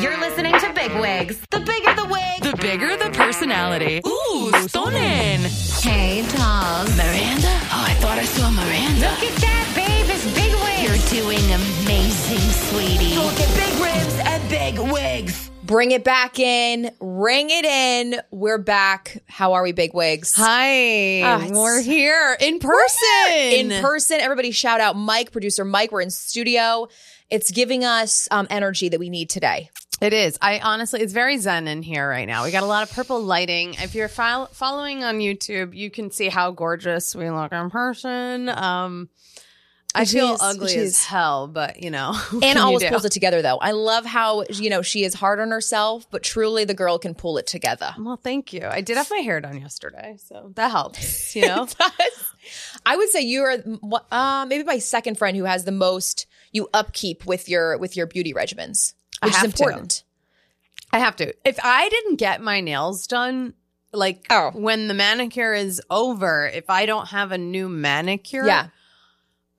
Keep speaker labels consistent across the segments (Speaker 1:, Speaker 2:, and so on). Speaker 1: You're listening to Big Wigs. The bigger the wig,
Speaker 2: The bigger the personality. Ooh, stunning.
Speaker 1: Hey, dolls.
Speaker 2: Miranda? Oh, I thought I saw Miranda.
Speaker 1: Look at that, babe. It's Big Wigs.
Speaker 2: You're doing amazing, sweetie.
Speaker 3: Look at big ribs and big wigs.
Speaker 4: Bring it back in. Ring it in. We're back. How are we, big wigs?
Speaker 2: Hi.
Speaker 4: Ah, it's-
Speaker 2: we're here in person.
Speaker 4: In person, everybody shout out Mike, producer Mike. We're in studio. It's giving us um, energy that we need today.
Speaker 5: It is. I honestly, it's very zen in here right now. We got a lot of purple lighting. If you're fol- following on YouTube, you can see how gorgeous we look in person. Um, I
Speaker 4: It
Speaker 5: feel
Speaker 4: is,
Speaker 5: ugly
Speaker 4: it
Speaker 5: as
Speaker 4: is.
Speaker 5: hell, but you know, what can
Speaker 4: Anna
Speaker 5: you
Speaker 4: always
Speaker 5: do?
Speaker 4: pulls it together, though. I love how you know she is hard on herself, but truly the girl can pull it together.
Speaker 5: Well, thank you. I did have my hair done yesterday, so that helps. You know,
Speaker 4: I would say you are uh, maybe my second friend who has the most you upkeep with your with your beauty regimens,
Speaker 5: I
Speaker 4: which is
Speaker 5: have to.
Speaker 4: important.
Speaker 5: I have to. If I didn't get my nails done, like
Speaker 4: Oh.
Speaker 5: when the manicure is over, if I don't have a new manicure,
Speaker 4: Yeah.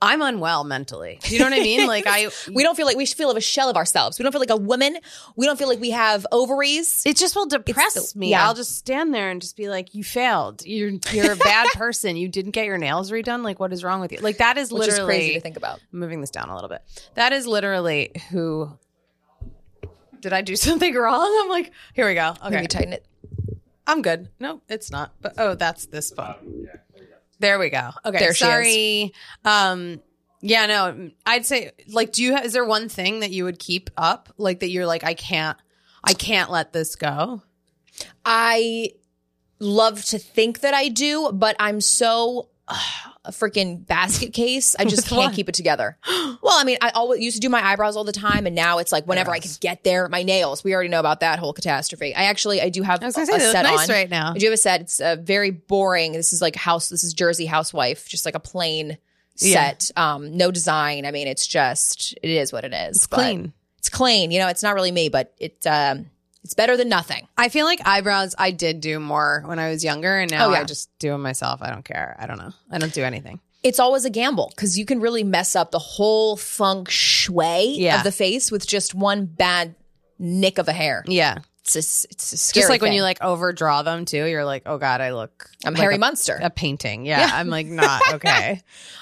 Speaker 5: I'm unwell mentally. You know what I mean? Like I,
Speaker 4: We don't feel like we should feel of a shell of ourselves. We don't feel like a woman. We don't feel like we have ovaries.
Speaker 5: It just will depress
Speaker 4: It's the-
Speaker 5: me.
Speaker 4: yeah.
Speaker 5: I'll just stand there and just be like, "You failed. You're you're a bad person. You didn't get your nails redone. Like, what is wrong with you? Like, that is
Speaker 4: Which is
Speaker 5: literally
Speaker 4: crazy to think about.
Speaker 5: moving this down a little bit. That is literally who. Did I do something wrong? I'm like, here we go.
Speaker 4: Maybe
Speaker 5: Okay,
Speaker 4: tighten it.
Speaker 5: I'm good. No, it's not. But oh, that's this phone. There we go. Okay,
Speaker 4: There she is.
Speaker 5: sorry. Um, yeah, no, I'd say like, do you? Ha- is there one thing that you would keep up? Like that you're like, I can't, I can't let this go.
Speaker 4: I love to think that I do, but I'm so ugh, a freaking basket case. I just
Speaker 5: With
Speaker 4: can't
Speaker 5: what?
Speaker 4: keep it together. Well, I mean, I always used to do my eyebrows all the time, and now it's like whenever I
Speaker 5: Eyebrows.
Speaker 4: could get there, my nails. We already know about that whole catastrophe. I actually I do have
Speaker 5: I was
Speaker 4: a,
Speaker 5: gonna say
Speaker 4: a
Speaker 5: they look
Speaker 4: set
Speaker 5: nice
Speaker 4: on
Speaker 5: right now.
Speaker 4: I do have a set. It's uh, very boring. This is like house. This is Jersey housewife, just like a plain
Speaker 5: Yeah.
Speaker 4: set. Um, no design. I mean, it's just it is what it is. It's
Speaker 5: clean.
Speaker 4: It's clean. You know, it's not really me, but it um, it's better than nothing.
Speaker 5: I feel like eyebrows I did do more when I was younger and now
Speaker 4: Oh, yeah.
Speaker 5: I just do them myself. I don't care. I don't know. I don't do anything.
Speaker 4: it's always a gamble because you can really mess up the whole feng shui
Speaker 5: Yeah.
Speaker 4: of the face with just one bad nick of a hair.
Speaker 5: Yeah.
Speaker 4: It's a, s- it's a scary
Speaker 5: Just like when
Speaker 4: thing.
Speaker 5: you like overdraw them too, you're like, "Oh god, I look
Speaker 4: I'm
Speaker 5: like
Speaker 4: Harry
Speaker 5: a,
Speaker 4: Munster.
Speaker 5: a painting." Yeah, I'm like not okay.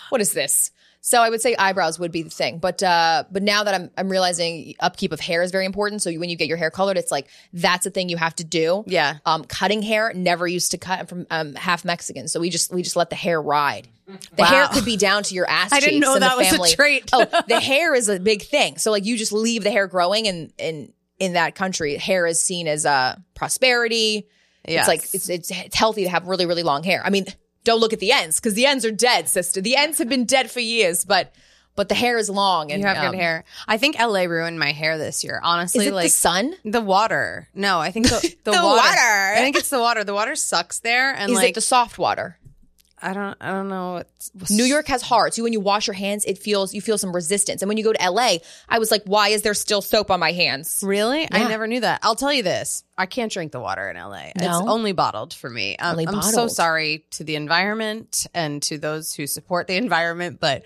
Speaker 4: what is this? So I would say eyebrows would be the thing, but uh, but now that I'm I'm realizing upkeep of hair is very important. So when you get your hair colored, it's like that's a thing you have to do.
Speaker 5: Yeah.
Speaker 4: Um, cutting hair never used to cut. I'm from um, half Mexican, so we just we just let the hair ride. The hair
Speaker 5: Wow.
Speaker 4: could be down to your ass.
Speaker 5: I didn't
Speaker 4: cheeks
Speaker 5: know
Speaker 4: in the
Speaker 5: that was a
Speaker 4: family.
Speaker 5: trait.
Speaker 4: oh, the hair is a big thing. So like you just leave the hair growing, and in in that country, hair is seen as uh, prosperity.
Speaker 5: Yes.
Speaker 4: It's like it's, it's it's healthy to have really really long hair. I mean, don't look at the ends because the ends are dead, sister. The ends have been dead for years, but but the hair is long and
Speaker 5: You have
Speaker 4: um,
Speaker 5: good hair. I think LA ruined my hair this year. Honestly,
Speaker 4: Is it
Speaker 5: like
Speaker 4: the sun?
Speaker 5: the water. No, I think the, the, water. I think it's the water. The water sucks there and
Speaker 4: Is
Speaker 5: like
Speaker 4: it the soft water?
Speaker 5: I don't I don't know what's,
Speaker 4: New York has hard. So when you wash your hands, it feels you feel some resistance. And when you go to LA, I was like, why is there still soap on my hands?
Speaker 5: Really? I never knew that. I'll tell you this. I can't drink the water in LA. It's
Speaker 4: No?
Speaker 5: only bottled for me. Um,
Speaker 4: Only
Speaker 5: I'm so
Speaker 4: bottled.
Speaker 5: sorry to the environment and to those who support the environment, but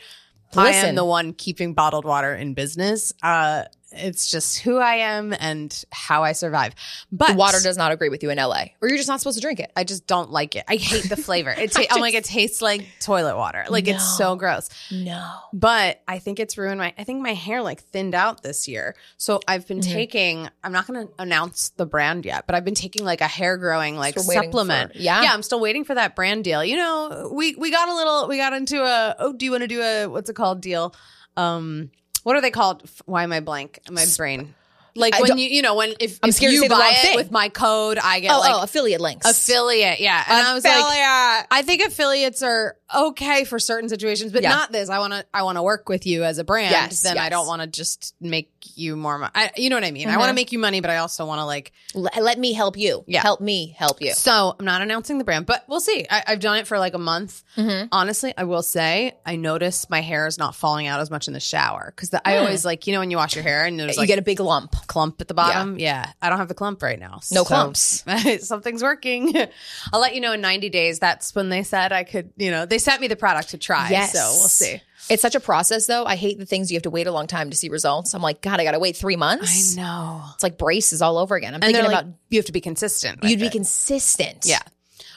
Speaker 5: I
Speaker 4: Listen.
Speaker 5: am the one keeping bottled water in business. Uh, it's just who I am and how I survive. But
Speaker 4: The water does not agree with you in LA, or you're just not supposed to drink it.
Speaker 5: I just don't like it. I hate the flavor. It ta- I'm like it tastes like toilet water. Like it's so gross.
Speaker 4: No.
Speaker 5: But I think it's ruined my I think my hair like thinned out this year. So I've been
Speaker 4: Mm-hmm.
Speaker 5: taking I'm not going to announce the brand yet, but I've been taking like a hair growing like
Speaker 4: Still waiting
Speaker 5: supplement.
Speaker 4: for- yeah.
Speaker 5: Yeah, I'm still waiting for that brand deal. You know, we we got a little we got into a oh, do you want to do a what's it called deal? Um what are they called? F- Why am I blank? My brain. Like
Speaker 4: I
Speaker 5: when
Speaker 4: don't-
Speaker 5: you you know when if,
Speaker 4: I'm
Speaker 5: if
Speaker 4: scared to
Speaker 5: you
Speaker 4: say the
Speaker 5: buy
Speaker 4: wrong
Speaker 5: it
Speaker 4: thing.
Speaker 5: with my code, I get
Speaker 4: Oh,
Speaker 5: like
Speaker 4: oh, affiliate links.
Speaker 5: affiliate yeah and i was like
Speaker 4: Affiliate.
Speaker 5: i think affiliates are okay for certain situations but
Speaker 4: Yeah.
Speaker 5: not this i want to i want to work with you as a brand
Speaker 4: Yes,
Speaker 5: then i
Speaker 4: yes. Mm-hmm.
Speaker 5: don't want to just make you more mo- I, you know what i mean i want to make you money but i also want to like
Speaker 4: L- let me help you.
Speaker 5: Yeah.
Speaker 4: Help me help you.
Speaker 5: so i'm not announcing the brand but we'll see I, i've done it for like a month
Speaker 4: Mm-hmm.
Speaker 5: honestly i will say i notice my hair is not falling out as much in the shower because i always like you know when you wash your hair and there's
Speaker 4: Hmm. you
Speaker 5: like
Speaker 4: get a big lump.
Speaker 5: clump at the bottom. Yeah. I don't have the clump right now.
Speaker 4: No clumps.
Speaker 5: something's working. I'll let you know in 90 days. That's when they said I could, you know, they sent me the product to try.
Speaker 4: Yes.
Speaker 5: So we'll see.
Speaker 4: It's such a process though. I hate the things you have to wait a long time to see results. I'm like, God, I gotta wait three months.
Speaker 5: No.
Speaker 4: It's like braces all over again.
Speaker 5: And
Speaker 4: I'm thinking
Speaker 5: they're like,
Speaker 4: about
Speaker 5: you have to be consistent. with
Speaker 4: you'd be
Speaker 5: it.
Speaker 4: consistent.
Speaker 5: Yeah.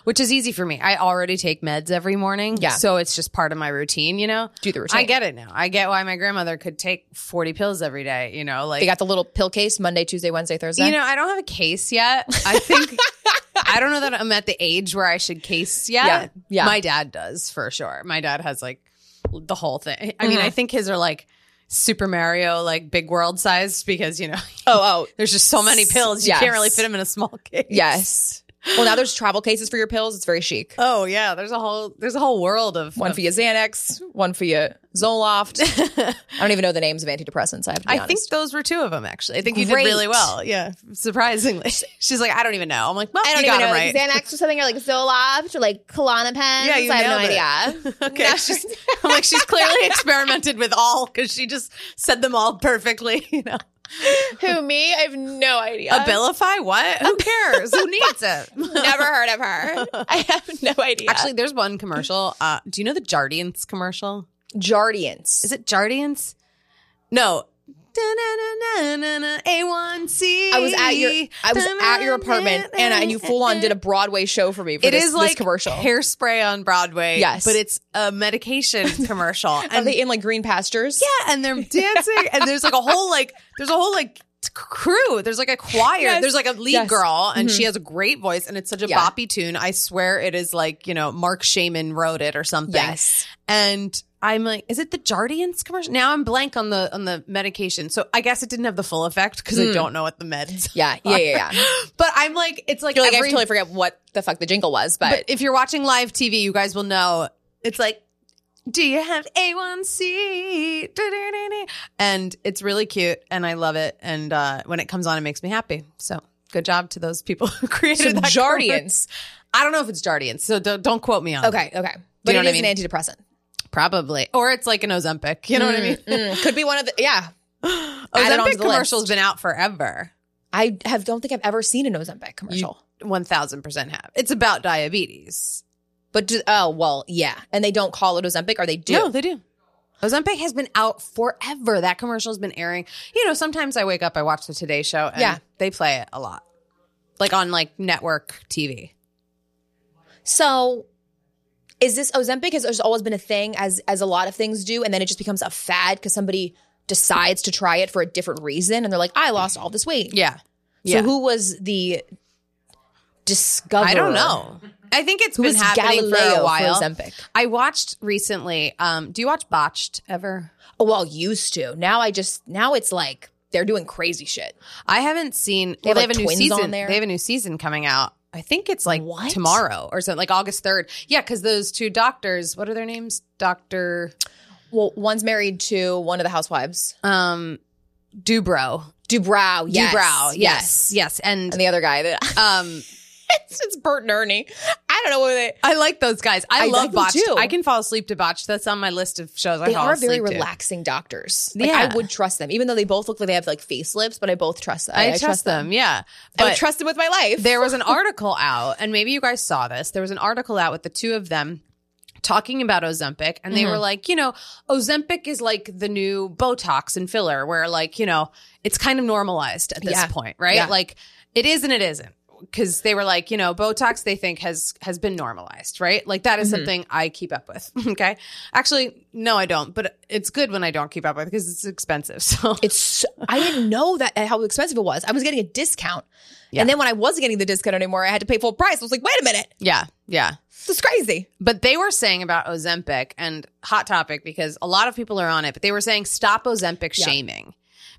Speaker 5: Which is easy for me. I already take meds every morning.
Speaker 4: Yeah.
Speaker 5: So it's just part of my routine, you know?
Speaker 4: Do the routine.
Speaker 5: I get it now. I get why my grandmother could take 40 pills every day, you know? Like,
Speaker 4: They got the little pill case Monday, Tuesday, Wednesday, Thursday.
Speaker 5: you know, I don't have a case yet. I think, I don't know that I'm at the age where I should case yet.
Speaker 4: Yeah. Yeah.
Speaker 5: My dad does for sure. My dad has like the whole thing. I
Speaker 4: Mm-hmm.
Speaker 5: mean, I think his are like Super Mario, like big world sized because, you know,
Speaker 4: oh, oh.
Speaker 5: there's just so many pills. You
Speaker 4: Yes.
Speaker 5: can't really fit them in a small case.
Speaker 4: Yes. Well, now there's travel cases for your pills. It's very chic.
Speaker 5: Oh yeah, there's a whole there's a whole world of
Speaker 4: One for your Xanax, one for your Zoloft. I don't even know the names of antidepressants. I have to be
Speaker 5: I
Speaker 4: honest.
Speaker 5: think those were two of them actually. I think you did really
Speaker 4: Great.
Speaker 5: well. Yeah, surprisingly. She's like, I don't even know. I'm like, well,
Speaker 4: I don't
Speaker 5: you
Speaker 4: even
Speaker 5: got
Speaker 4: know
Speaker 5: it
Speaker 4: like
Speaker 5: right.
Speaker 4: Xanax or something or like Zoloft or like Klonopin.
Speaker 5: Yeah, you
Speaker 4: I have no
Speaker 5: nailed it.
Speaker 4: idea.
Speaker 5: okay, she's, I'm like, she's clearly experimented with all because she just said them all perfectly. You know,
Speaker 4: Who me? I have no idea.
Speaker 5: Abilify. What? Who cares? Who needs it?
Speaker 4: Never heard of her. I have no idea.
Speaker 5: Actually, there's one commercial. Uh, do you know the Jardiance commercial?
Speaker 4: Jardians.
Speaker 5: Is it Jardiance? No. A1C.
Speaker 4: I was at your I was at your apartment and, I, and you full on did a Broadway show for me for
Speaker 5: It is
Speaker 4: this,
Speaker 5: like
Speaker 4: this commercial.
Speaker 5: hairspray on Broadway.
Speaker 4: Yes.
Speaker 5: but it's a medication commercial,
Speaker 4: Are
Speaker 5: and
Speaker 4: they in like green pastures?
Speaker 5: yeah, and they're dancing, and there's like a whole like there's a whole like t- crew. There's like a choir.
Speaker 4: Yes.
Speaker 5: There's like a lead
Speaker 4: Yes. Mm-hmm.
Speaker 5: girl, and she has a great voice, and it's such a
Speaker 4: Yeah.
Speaker 5: boppy tune. I swear it is like you know Mark Shaman wrote it or something.
Speaker 4: Yes.
Speaker 5: and. I'm like, is it the Jardiance commercial? Now I'm blank on the on the medication, so I guess it didn't have the full effect because I don't know what the meds.
Speaker 4: Hmm. Yeah. Yeah. Yeah. Yeah.
Speaker 5: But I'm like, it's like,
Speaker 4: You're like,
Speaker 5: every-
Speaker 4: I totally forget what the fuck the jingle was, but,
Speaker 5: but if you're watching live TV, you guys will know it's like, do you have A1C? Da-da-da-da. And it's really cute and I love it. And uh, when it comes on, it makes me happy. So good job to those people who created
Speaker 4: so
Speaker 5: that commercial.
Speaker 4: Jardians.
Speaker 5: I don't know if it's Jardians, so don't, don't quote me on it.
Speaker 4: Okay. Okay. But
Speaker 5: know
Speaker 4: it
Speaker 5: what
Speaker 4: is
Speaker 5: I
Speaker 4: an antidepressant.
Speaker 5: Probably. Or it's like an Ozempic. You know what I mean?
Speaker 4: Mm, could be one of the yeah. Add it onto
Speaker 5: Ozempic
Speaker 4: the
Speaker 5: commercial's
Speaker 4: list.
Speaker 5: been out forever.
Speaker 4: I have don't think I've ever seen an Ozempic commercial.
Speaker 5: 1000% have. It's about diabetes.
Speaker 4: but do, oh well, yeah. And they don't call it Ozempic, or they do.
Speaker 5: No, they do. Ozempic has been out forever. That commercial's been airing. You know, sometimes I wake up, I watch the Today Show, and
Speaker 4: Yeah.
Speaker 5: they play it a lot, like on like network TV.
Speaker 4: So is this Ozempic has has always been a thing as as a lot of things do and then it just becomes a fad cuz somebody decides to try it for a different reason and they're like I lost all this weight.
Speaker 5: Yeah,
Speaker 4: So who was the discoverer?
Speaker 5: I don't know. I think it's
Speaker 4: Who
Speaker 5: been
Speaker 4: was
Speaker 5: happening
Speaker 4: Galileo
Speaker 5: for a
Speaker 4: for
Speaker 5: while.
Speaker 4: Ozempic?
Speaker 5: I watched recently. Um, do you watch Botched ever?
Speaker 4: Oh, well, used to. Now I just now it's like they're doing crazy shit.
Speaker 5: I haven't seen.
Speaker 4: They have,
Speaker 5: well,
Speaker 4: like,
Speaker 5: they have a new
Speaker 4: twins
Speaker 5: season.
Speaker 4: on there.
Speaker 5: They have a new season coming out. I think it's like
Speaker 4: What?
Speaker 5: tomorrow or something, like August third. Yeah, because those two doctors. What are their names? Doctor
Speaker 4: Well, one's married to one of the housewives.
Speaker 5: um, Dubrow.
Speaker 4: Dubrow, yes.
Speaker 5: Dubrow, yes, yes, and,
Speaker 4: And the other guy that
Speaker 5: um,
Speaker 4: it's, it's Bert and Ernie. I don't know what they
Speaker 5: I like those guys. I,
Speaker 4: I
Speaker 5: love
Speaker 4: like them
Speaker 5: Botched.
Speaker 4: too.
Speaker 5: I can fall asleep to Botched. That's on my list of shows. I
Speaker 4: they
Speaker 5: fall
Speaker 4: are very
Speaker 5: asleep to.
Speaker 4: relaxing doctors. Like,
Speaker 5: Yeah.
Speaker 4: I would trust them, even though they both look like they have like facelifts, but I both trust them.
Speaker 5: I, trust, them. Yeah,
Speaker 4: I would
Speaker 5: but
Speaker 4: trust them with my life.
Speaker 5: there was an article out, and maybe you guys saw this. There was an article out with the two of them talking about Ozempic, and they were like, you know, Ozempic is like the new Botox and filler, where like you know it's kind of normalized at this
Speaker 4: Yeah.
Speaker 5: point, right?
Speaker 4: Yeah.
Speaker 5: Like it is and it isn't. Because they were like, you know, Botox they think has has been normalized, right? Like that is something I keep up with. Okay, actually, no, I don't. But it's good when I don't keep up with because it's expensive. So
Speaker 4: it's so- I didn't know that how expensive it was. I was getting a discount, and then when I wasn't getting the discount anymore, I had to pay full price. I was like, wait a minute,
Speaker 5: yeah, yeah.
Speaker 4: this is crazy.
Speaker 5: But they were saying about Ozempic and Hot Topic because a lot of people are on it, but they were saying stop Ozempic shaming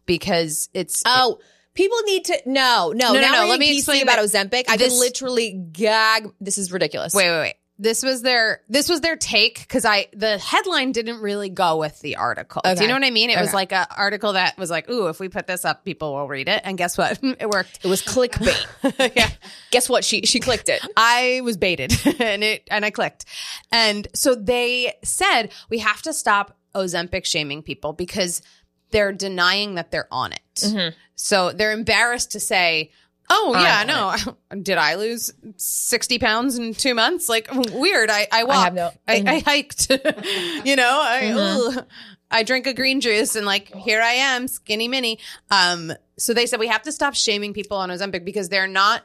Speaker 5: because it's
Speaker 4: Oh. People need to no no
Speaker 5: No, no,
Speaker 4: now
Speaker 5: no,
Speaker 4: we're
Speaker 5: let me
Speaker 4: being PC
Speaker 5: explain
Speaker 4: about
Speaker 5: that.
Speaker 4: Ozempic. I
Speaker 5: This-
Speaker 4: could literally gag. This is ridiculous.
Speaker 5: wait, wait, wait. This was their this was their take because I the headline didn't really go with the article. Do
Speaker 4: Okay.
Speaker 5: you know what I mean? It was
Speaker 4: Okay.
Speaker 5: like an article that was like, "Ooh, if we put this up, people will read it." And guess what? it worked.
Speaker 4: it was clickbait.
Speaker 5: yeah.
Speaker 4: Guess what? She she clicked it.
Speaker 5: I was baited and it and I clicked. And so they said we have to stop Ozempic shaming people
Speaker 4: Mm-hmm.
Speaker 5: because they're denying that they're on it. So they're embarrassed to say Oh yeah, no. Did I lose sixty pounds in two months? Like weird. I I walked. I,
Speaker 4: have no- Mm-hmm.
Speaker 5: I, hiked. you know. I ugh. I drink a green juice and like here I am, skinny mini. Um. So they said we have to stop shaming people on Ozempic because they're not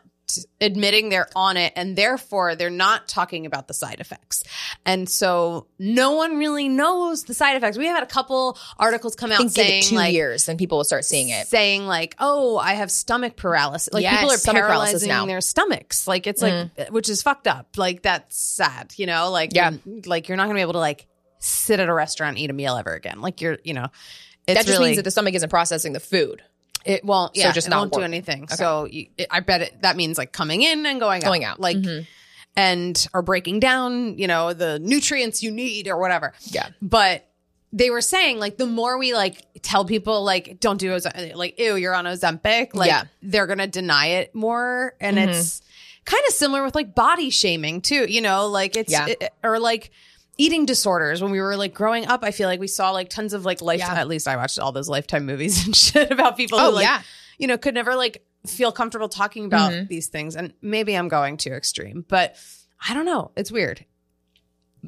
Speaker 5: admitting they're on it and therefore they're not talking about the side effects. And so no one really knows the side effects. We have had a couple articles come out
Speaker 4: think give
Speaker 5: saying
Speaker 4: it two
Speaker 5: like
Speaker 4: years, then people will start seeing it.
Speaker 5: saying like, "Oh, I have stomach paralysis." Like
Speaker 4: Yes,
Speaker 5: people are
Speaker 4: stomach paralysis
Speaker 5: paralyzing
Speaker 4: now. Mm-hmm.
Speaker 5: their stomachs. Like it's like, which is fucked up. Like that's sad. You know, like
Speaker 4: Yeah.
Speaker 5: you're- like you're not gonna be able to like sit at a restaurant and eat a meal ever again. Like you're, you know, it's
Speaker 4: That just
Speaker 5: really,
Speaker 4: means that the stomach isn't processing the food.
Speaker 5: it won't. Yeah,
Speaker 4: just
Speaker 5: it
Speaker 4: not
Speaker 5: won't do
Speaker 4: work.
Speaker 5: anything. So you, it, I bet it, that means like coming in and going out.
Speaker 4: Going out. Mm-hmm.
Speaker 5: like. And are breaking down, you know, the nutrients you need or whatever
Speaker 4: Yeah.
Speaker 5: but they were saying like the more we like tell people like don't do Oze- like ew you're on Ozempic like
Speaker 4: Yeah. Mm-hmm.
Speaker 5: they're gonna deny it more and it's kind of similar with like body shaming too you know like it's
Speaker 4: Yeah.
Speaker 5: it- or like eating disorders when we were like growing up I feel like we saw like tons of like life
Speaker 4: Yeah.
Speaker 5: at least I watched all those lifetime movies and shit about people
Speaker 4: Oh,
Speaker 5: who like
Speaker 4: yeah. Mm-hmm.
Speaker 5: you know could never like feel comfortable talking about these things and maybe I'm going too extreme but I don't know it's weird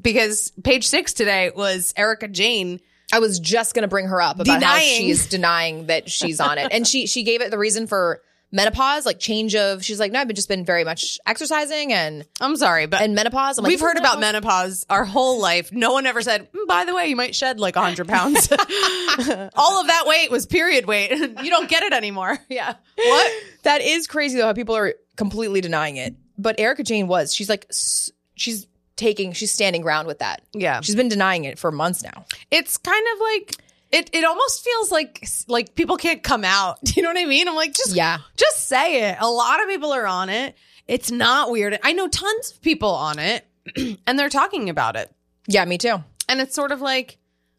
Speaker 5: because page six today was Erica Jane.
Speaker 4: I was just gonna bring her up about how
Speaker 5: Denying.
Speaker 4: she's denying that she's on it, and she she gave it the reason for menopause, like change of. She's like, no, I've been just been very much exercising and
Speaker 5: I'm sorry, but
Speaker 4: and menopause. I'm like,
Speaker 5: we've heard about
Speaker 4: menopause.
Speaker 5: menopause our whole life. No one ever said, "Mm, by the way, you might shed like 100 pounds. All of that weight was period weight. you don't get it anymore. Yeah. What?
Speaker 4: That is crazy though how people are completely denying it. But Erica Jane was. She's like, s- she's taking, she's standing ground with that.
Speaker 5: Yeah.
Speaker 4: she's been denying it for months now.
Speaker 5: It's kind of like it it almost feels like like people can't come out. You know what I mean? I'm like, just
Speaker 4: Yeah.
Speaker 5: just say it. A lot of people are on it. It's not weird. I know tons of people on it and they're talking about it.
Speaker 4: Yeah, me too.
Speaker 5: and it's sort of like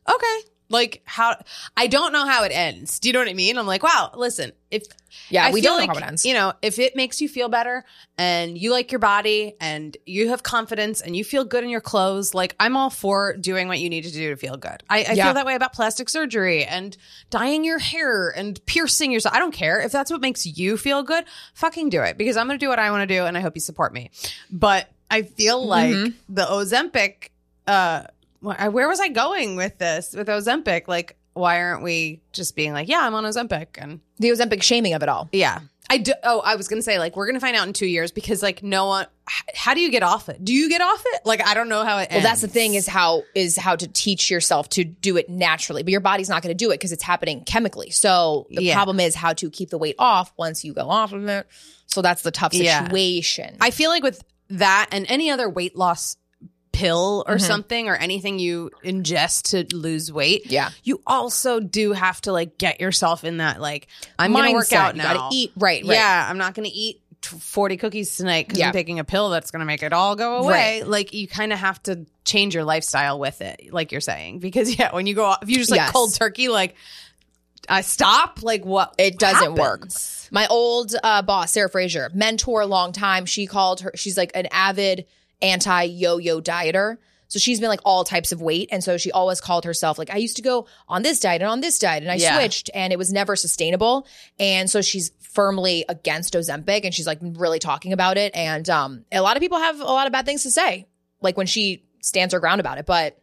Speaker 5: okay like how i don't know how it ends do you know what i mean i'm like wow listen if
Speaker 4: Yeah,
Speaker 5: I
Speaker 4: we
Speaker 5: feel
Speaker 4: don't know
Speaker 5: like,
Speaker 4: how it ends.
Speaker 5: you know if it makes you feel better and you like your body and you have confidence and you feel good in your clothes like i'm all for doing what you need to do to feel good i, I
Speaker 4: Yeah.
Speaker 5: feel that way about plastic surgery and dyeing your hair and piercing yourself i don't care if that's what makes you feel good fucking do it because i'm gonna do what i want to do and i hope you support me but i
Speaker 4: Mm-hmm.
Speaker 5: feel like the ozempic uh wh- I- where was I going with this with Ozempic? Like, why aren't we just being like, yeah, I'm on Ozempic? And
Speaker 4: The Ozempic shaming of it all.
Speaker 5: yeah, I do. Oh, I was gonna say like we're gonna find out in two years because like no one. h- How do you get off it? Do you get off it? Like I don't know how it.
Speaker 4: Well, that's the thing is how is how to teach yourself to do it naturally, but your body's not going to do it because it's happening chemically. So the
Speaker 5: Yeah.
Speaker 4: problem is how to keep the weight off once you go off of it. So that's the tough
Speaker 5: Yeah.
Speaker 4: situation.
Speaker 5: I feel like with that and any other weight loss pill or
Speaker 4: Mm-hmm.
Speaker 5: something or anything you ingest to lose weight,
Speaker 4: Yeah.
Speaker 5: you also do have to like get yourself in that like I'm gonna work
Speaker 4: Mindset.
Speaker 5: out
Speaker 4: You
Speaker 5: now.
Speaker 4: gotta eat- right, right.
Speaker 5: Yeah, I'm not gonna eat t- 40 cookies tonight because
Speaker 4: Yeah.
Speaker 5: I'm taking a pill that's gonna make it all go away. Like you kind of have to change your lifestyle with it, like you're saying, because yeah, when you go off, if you just like
Speaker 4: Yes.
Speaker 5: cold turkey, like. I stop. Like what?
Speaker 4: it doesn't work.
Speaker 5: happens?
Speaker 4: My old uh, boss, Sarah Frazier, mentor, long time. She called her. She's like an avid anti yo-yo dieter. So she's been like all types of weight, and so she always called herself like I used to go on this diet and on this diet, and I
Speaker 5: Yeah.
Speaker 4: switched, and it was never sustainable. And so she's firmly against Ozempic, and she's like really talking about it. And um, a lot of people have a lot of bad things to say, like when she stands her ground about it. But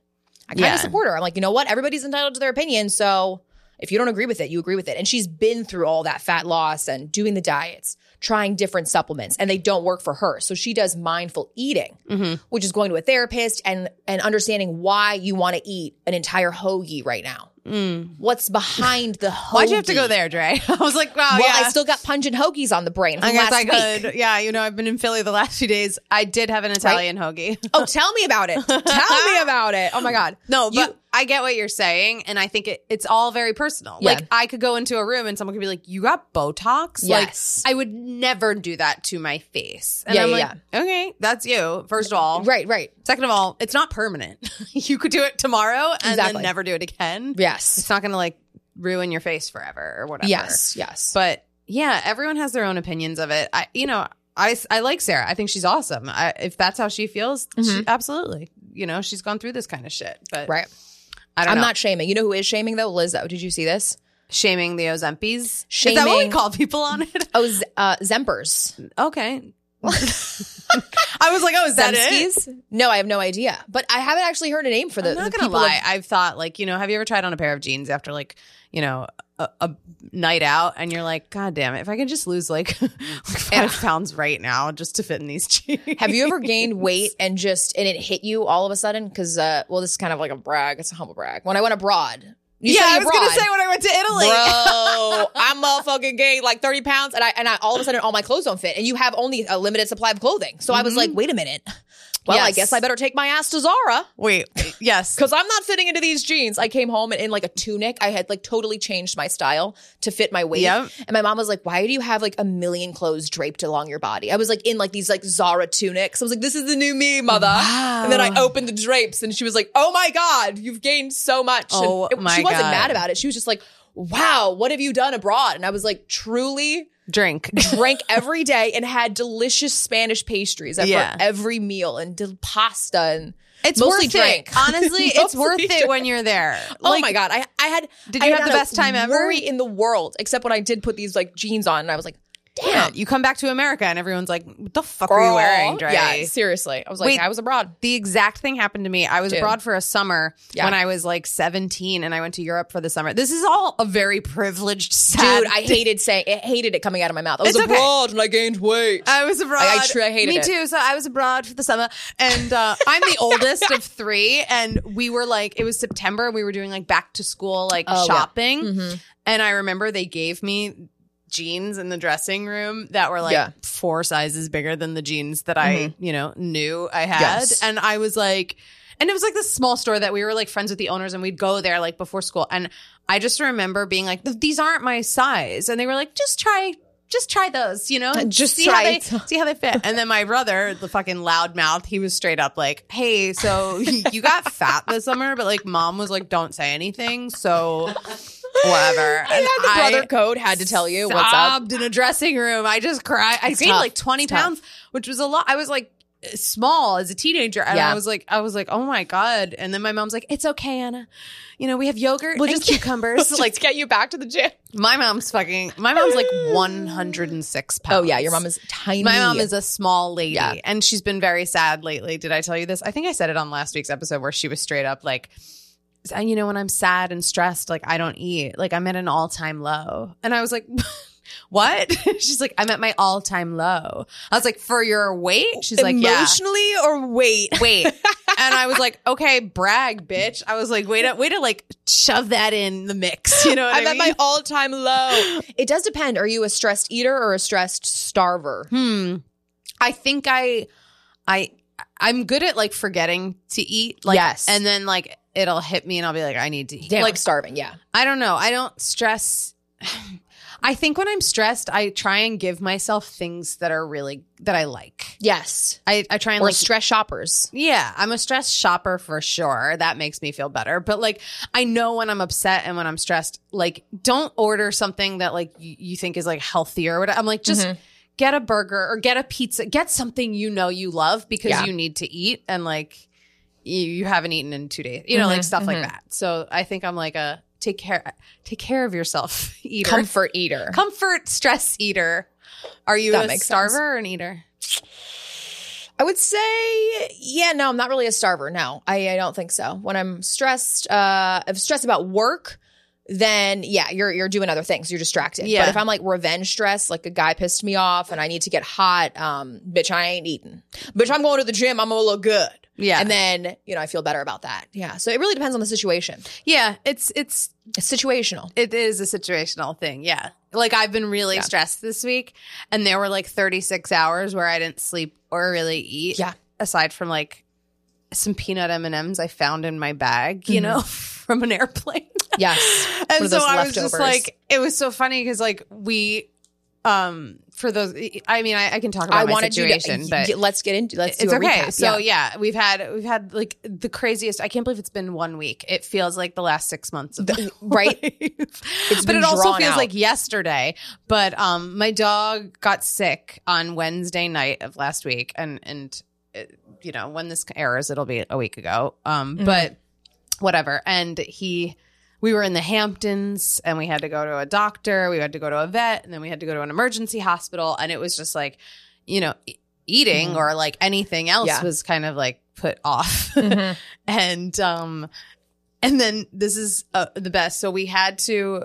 Speaker 4: I kind
Speaker 5: Yeah.
Speaker 4: of support her. I'm like, you know what? Everybody's entitled to their opinion. So if you don't agree with it, you agree with it. And she's been through all that fat loss and doing the diets, trying different supplements, and they don't work for her. So she does mindful eating,
Speaker 5: Mm-hmm.
Speaker 4: which is going to a therapist and and understanding why you want to eat an entire hoagie right now. What's behind the hoagie?
Speaker 5: Mm. Why'd you have to go there, Dre? I was like, wow.
Speaker 4: Well,
Speaker 5: yeah.
Speaker 4: I still got pungent hoagies on the brain from
Speaker 5: I guess
Speaker 4: last
Speaker 5: I
Speaker 4: week.
Speaker 5: could. Yeah, you know, I've been in Philly the last few days. I did have an Italian hoagie.
Speaker 4: Oh, tell me about it. Tell me about it. Oh my god.
Speaker 5: No, but
Speaker 4: You-
Speaker 5: I get what you're saying, and I think it, it's all very personal.
Speaker 4: Yeah.
Speaker 5: Like I could go into a room and someone could be like, "You got Botox."
Speaker 4: Yes.
Speaker 5: Like I would never do that to my face. And
Speaker 4: Yeah,
Speaker 5: I'm
Speaker 4: yeah,
Speaker 5: like, okay, that's you. First of all,
Speaker 4: Right, right.
Speaker 5: Second of all, it's not permanent. you could do it tomorrow and
Speaker 4: Exactly.
Speaker 5: then never do it again.
Speaker 4: Yes.
Speaker 5: It's not going to like ruin your face forever or whatever.
Speaker 4: Yes, yes.
Speaker 5: But yeah, everyone has their own opinions of it. I, you know, I, I like Sarah. I think she's awesome. I, if that's how she feels, she, absolutely. You know, she's gone through this kind of shit. But
Speaker 4: Mm-hmm. right.
Speaker 5: I don't
Speaker 4: I'm
Speaker 5: know.
Speaker 4: not shaming. You know who is shaming though? Lizzo. Did you see this?
Speaker 5: Shaming the Ozempis. Is that what we
Speaker 4: Shaming-
Speaker 5: call people on it?
Speaker 4: Oh, Z- uh, Zempers.
Speaker 5: Okay. I was like, oh, is that it?
Speaker 4: Zemskis? No, I have no idea. But I haven't actually heard a name for the,
Speaker 5: I'm not
Speaker 4: the
Speaker 5: gonna
Speaker 4: people.
Speaker 5: lie.
Speaker 4: of-
Speaker 5: I've thought like, you know, have you ever tried on a pair of jeans after like, you know, a, a night out, and you're like, God damn it! If I could just lose like, like five pounds right now just to fit in these jeans.
Speaker 4: have you ever gained weight and just and it hit you all of a sudden? Because uh, well, this is kind of like a brag. It's a humble brag. When I went abroad, you
Speaker 5: yeah,
Speaker 4: study
Speaker 5: I was
Speaker 4: abroad,
Speaker 5: gonna say when I went to Italy.
Speaker 4: Bro, I'm motherfucking gained like 30 pounds, and I and I all of a sudden all my clothes don't fit, and you have only a limited supply of clothing. So I was like, wait a minute. Well, I
Speaker 5: Mm-hmm. Yes.
Speaker 4: guess I better take my ass to Zara
Speaker 5: Wait, yes.
Speaker 4: because I'm not fitting into these jeans. I came home and in like a tunic, I had like totally changed my style to fit my weight.
Speaker 5: Yep.
Speaker 4: And my mom was like, "Why do you have like a million clothes draped along your body?" I was like in like these like Zara tunics. I was like, "This is the new me, mother." And then I opened the drapes, and she was like, "Oh my god, you've gained so much."
Speaker 5: Oh
Speaker 4: and it-
Speaker 5: my
Speaker 4: she wasn't
Speaker 5: God.
Speaker 4: mad about it. She was just like, "Wow, what have you done abroad?" And I was like, "Truly."
Speaker 5: Drink.
Speaker 4: drank every day and had delicious Spanish pastries after
Speaker 5: Yeah.
Speaker 4: every meal and did pasta and
Speaker 5: It's
Speaker 4: mostly
Speaker 5: worth
Speaker 4: drank.
Speaker 5: it. Honestly, it's
Speaker 4: Mostly
Speaker 5: worth it
Speaker 4: drank.
Speaker 5: when you're there.
Speaker 4: oh my god, I I had
Speaker 5: Did
Speaker 4: I
Speaker 5: you
Speaker 4: had
Speaker 5: have the
Speaker 4: no
Speaker 5: best time ever?
Speaker 4: Worry in the world, except when I did put these like jeans on and I was like,
Speaker 5: Yeah,
Speaker 4: damn,
Speaker 5: you come back to America and everyone's like, "What the fuck are you wearing, Dre?"
Speaker 4: Yeah, seriously, I was like,
Speaker 5: Wait.
Speaker 4: I was abroad.
Speaker 5: The exact thing happened to me. I was
Speaker 4: Dude.
Speaker 5: abroad for a summer
Speaker 4: Yeah.
Speaker 5: when I was like 17 and I went to Europe for the summer. This is all a very privileged sad
Speaker 4: Dude, I hated saying it hated it coming out of my mouth. I was
Speaker 5: It's okay.
Speaker 4: abroad and I gained weight.
Speaker 5: I was abroad.
Speaker 4: I tr- I hated
Speaker 5: Me
Speaker 4: it.
Speaker 5: too. So I was abroad for the summer, and uh, I'm the oldest of three. And we were like, it was September, and we were doing like back to school like
Speaker 4: Oh, yeah. Mm-hmm.
Speaker 5: shopping. And I remember they gave me jeans in the dressing room that were like
Speaker 4: Yeah. Mm-hmm.
Speaker 5: four sizes bigger than the jeans that I, you know, knew I had.
Speaker 4: Yes.
Speaker 5: And I was like. And it was like this small store that we were like friends with the owners, and we'd go there like before school. And I just remember being like, "These aren't my size," and they were like, "Just try, just try those," you know,
Speaker 4: Just
Speaker 5: see
Speaker 4: try
Speaker 5: how they,
Speaker 4: it.
Speaker 5: see how they fit. And then my brother, the fucking loudmouth, he was straight up like, "Hey, so you got fat this summer, but like mom was like, don't say anything, so whatever." And I
Speaker 4: had the brother code had to tell you what's up.
Speaker 5: sobbed in a dressing room. I just cried. I gained
Speaker 4: tough.
Speaker 5: like twenty
Speaker 4: It's tough.
Speaker 5: pounds, which was a lot. I was like small as a teenager, and
Speaker 4: Yeah.
Speaker 5: I was like, I was like, oh my god. And then my mom's like, it's okay, Anna. You know, we have yogurt and cucumbers.
Speaker 4: Just
Speaker 5: like
Speaker 4: get you back to the gym.
Speaker 5: my mom's fucking. My mom's like one hundred and six pounds.
Speaker 4: Oh yeah, your mom is tiny.
Speaker 5: My mom is a small lady,
Speaker 4: Yeah.
Speaker 5: and she's been very sad lately. Did I tell you this? I think I said it on last week's episode where she was straight up like, "S- you know, when I'm sad and stressed, like I don't eat. Like I'm at an all time low. And I was like, what? she's like, I'm at my all time low. I was like, for your weight? She's like, yeah.
Speaker 4: emotionally or weight.
Speaker 5: Wait. And I was like, okay, brag, bitch. I was like, wait to, way to like shove that in the mix. You know what I
Speaker 4: I'm at
Speaker 5: mean?
Speaker 4: my all time low. it does depend. Are you a stressed eater or a stressed starver?
Speaker 5: Hmm. I think I, I, I'm good at like forgetting to eat. Like,
Speaker 4: Yes.
Speaker 5: And then like it'll hit me and I'll be like, I need to eat.
Speaker 4: Like
Speaker 5: Like,
Speaker 4: starving, yeah.
Speaker 5: I don't know. I don't stress. I think when I'm stressed, I try and give myself things that are really, that I like.
Speaker 4: Yes.
Speaker 5: I, I try and
Speaker 4: Or
Speaker 5: like
Speaker 4: stress shoppers.
Speaker 5: yeah, I'm a stress shopper for sure. That makes me feel better. But like, I know when I'm upset and when I'm stressed, like, don't order something that like you, you think is like healthy or whatever. I'm like, just
Speaker 4: Mm-hmm.
Speaker 5: get a burger or get a pizza, get something you know you love because
Speaker 4: Yeah.
Speaker 5: you need to eat and like you, you haven't eaten in two days, you know,
Speaker 4: Mm-hmm,
Speaker 5: like stuff like that. So I think I'm like a take care, take care of yourself eater,
Speaker 4: Comfort eater.
Speaker 5: comfort stress eater. Are you
Speaker 4: That
Speaker 5: a
Speaker 4: makes
Speaker 5: starver
Speaker 4: sense.
Speaker 5: or an eater?
Speaker 4: I would say, yeah, no, I'm not really a starver. No, I, I don't think so. When I'm stressed, uh, if stressed about work, then yeah, you're you're doing other things. You're distracted.
Speaker 5: Yeah.
Speaker 4: But if I'm like revenge stressed, like a guy pissed me off and I need to get hot, um, bitch, I ain't eating. Bitch, I'm going to the gym. I'm gonna look good.
Speaker 5: Yeah.
Speaker 4: And then you know I feel better about that. Yeah. So it really depends on the situation.
Speaker 5: Yeah, it's it's
Speaker 4: It's situational.
Speaker 5: It is a situational thing. Yeah. Like I've been really stressed this week and there were like 36 hours where I didn't sleep or really eat.
Speaker 4: Yeah.
Speaker 5: Aside from like some peanut M&Ms I found in my bag, you know, from an airplane.
Speaker 4: Yes.
Speaker 5: and
Speaker 4: of
Speaker 5: so
Speaker 4: Mm-hmm. those
Speaker 5: I was just
Speaker 4: leftovers.
Speaker 5: like it was so funny cuz like we um for those I mean I, I can talk about
Speaker 4: I
Speaker 5: my
Speaker 4: wanted
Speaker 5: situation,
Speaker 4: you to
Speaker 5: but
Speaker 4: y- let's get into let's do
Speaker 5: it's
Speaker 4: a
Speaker 5: okay.
Speaker 4: recap.
Speaker 5: So yeah. we've had we've had like the craziest. I can't believe it's been one week. It feels like the last six months, of my
Speaker 4: right?
Speaker 5: life. but
Speaker 4: been
Speaker 5: it also
Speaker 4: drawn
Speaker 5: feels
Speaker 4: out.
Speaker 5: like yesterday. But um, my dog got sick on Wednesday night of last week, and and it, you
Speaker 4: Mm-hmm.
Speaker 5: know when this airs, it'll be a week ago. Um, but whatever, and he. we were in the Hamptons and we had to go to a doctor, we had to go to a vet, and then we had to go to an emergency hospital. And it was just like, you know, e- eating or like anything else
Speaker 4: Yeah. Mm-hmm.
Speaker 5: was kind of like put off. and um and then this is uh, the best. So we had to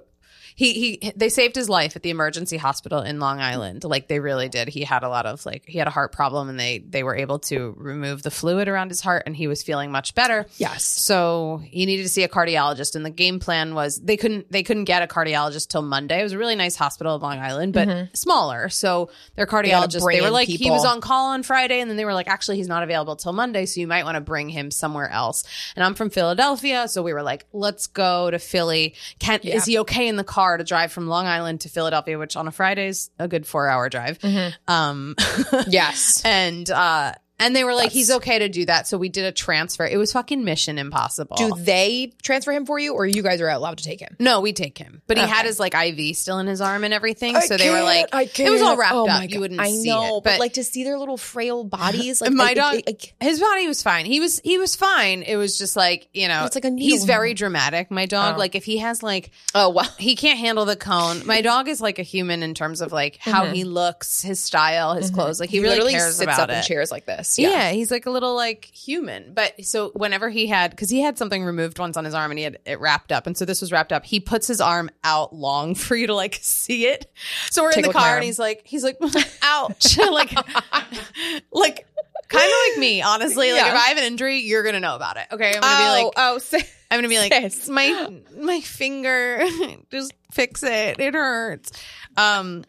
Speaker 5: he he they saved his life at the emergency hospital in Long Island. Like they really did. He had a lot of like he had a heart problem and they they were able to remove the fluid around his heart and he was feeling much better.
Speaker 4: Yes.
Speaker 5: So he needed to see a cardiologist, and the game plan was they couldn't they couldn't get a cardiologist till Monday. It was a really nice hospital in Long Island, but smaller. So their cardiologist they, were
Speaker 4: brand
Speaker 5: like he was
Speaker 4: people.
Speaker 5: on call on Friday, and then they were like actually he's not available till Monday, so you might want to bring him somewhere else. And I'm from Philadelphia, so we were like let's go to Philly. Can is he okay in the car to drive from Long Island to Philadelphia, which on a Friday is a good four hour drive.
Speaker 4: Mm-hmm.
Speaker 5: Um,
Speaker 4: Yes.
Speaker 5: and uh and they were like he's okay to do that so we did a transfer it was fucking mission impossible
Speaker 4: Do they transfer him for you, or you guys are allowed to take him?
Speaker 5: no we take him but he had his like iv still in his arm and everything so they were like it was all wrapped up you wouldn't
Speaker 4: Oh I
Speaker 5: see
Speaker 4: know,
Speaker 5: it
Speaker 4: but, like to see their little frail bodies, like
Speaker 5: my
Speaker 4: like,
Speaker 5: dog,
Speaker 4: it- it-
Speaker 5: his body was fine. He was he was fine. It was just like you know,
Speaker 4: It's like a needle
Speaker 5: he's very dramatic. My dog, like if he has like
Speaker 4: oh wow,
Speaker 5: he can't handle the cone. My dog is like a human in terms of like how he looks, his style, his clothes. Like he, really
Speaker 4: Mm-hmm. literally
Speaker 5: cares
Speaker 4: sits
Speaker 5: about
Speaker 4: up
Speaker 5: it.
Speaker 4: in chairs like this.
Speaker 5: Yeah.
Speaker 4: Yeah,
Speaker 5: he's like a little like human. But so whenever he had, because he had something removed once on his arm and he had it wrapped up, and so this was wrapped up. He puts his arm out long for you to like see it. So we're
Speaker 4: Take a
Speaker 5: in the
Speaker 4: look at my
Speaker 5: car
Speaker 4: arm.
Speaker 5: and he's like, he's like, ouch, like, like. Kind of like me, honestly. Like
Speaker 4: Yeah.
Speaker 5: if I have an injury, you're gonna know about it. Okay, I'm gonna be like,
Speaker 4: oh,
Speaker 5: I'm gonna be like,
Speaker 4: Sis.
Speaker 5: "It's my my finger, just fix it. It hurts. Um,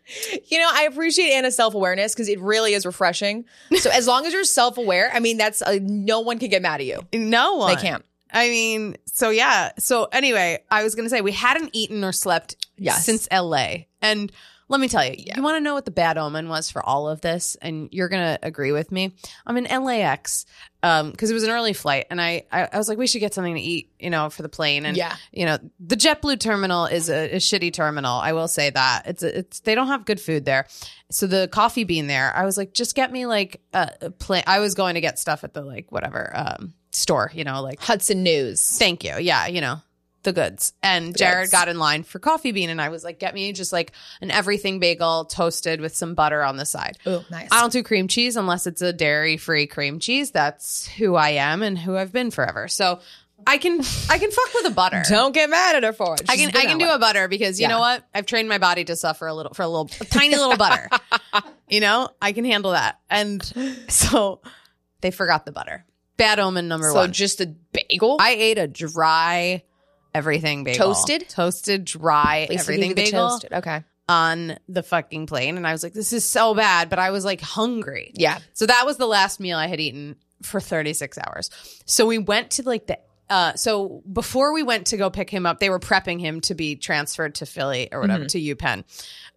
Speaker 4: you know, I appreciate Anna's self awareness because it really is refreshing. So as long as you're self aware, I mean, that's uh, no one can get mad at you.
Speaker 5: no one.
Speaker 4: They can't.
Speaker 5: I mean, so yeah. So anyway, I was gonna say we hadn't eaten or slept
Speaker 4: Yes.
Speaker 5: since LA. And let me tell you, you wanna know what the bad omen was for all of this, and you're gonna agree with me. I'm in LAX, um, because it was an early flight and I, I I was like, we should get something to eat, you know, for the plane. And
Speaker 4: Yeah.
Speaker 5: you know, the JetBlue terminal is a, a shitty terminal. I will say that. It's a, it's they don't have good food there. So the coffee bean there, I was like, just get me like a, a plane. I was going to get stuff at the like whatever um store, you know, like
Speaker 4: Hudson News.
Speaker 5: Thank you. Yeah, you know, the goods. And Jared
Speaker 4: goods.
Speaker 5: got in line for coffee bean and I was like, get me just like an everything bagel toasted with some butter on the side.
Speaker 4: Oh, nice.
Speaker 5: I don't do cream cheese unless it's a dairy free cream cheese. That's who I am and who I've been forever. So I can I can fuck with a butter.
Speaker 4: Don't get mad at her for it.
Speaker 5: I can I can do a butter because you know what? I've trained my body to suffer a little for a little a tiny little butter. You know, I can handle that. And so they forgot the butter. Bad omen number
Speaker 4: So
Speaker 5: one.
Speaker 4: just a bagel.
Speaker 5: I ate a dry everything bagel.
Speaker 4: Toasted?
Speaker 5: Toasted dry
Speaker 4: At least they
Speaker 5: everything
Speaker 4: gave you the
Speaker 5: bagel
Speaker 4: toasted. Okay.
Speaker 5: on the fucking plane. And I was like, this is so bad, but I was like hungry.
Speaker 4: Yeah.
Speaker 5: So that was the last meal I had eaten for 36 hours. So we went to like the uh, so before we went to go pick him up, they were prepping him to be transferred to Philly or whatever to
Speaker 4: Mm-hmm.
Speaker 5: UPenn.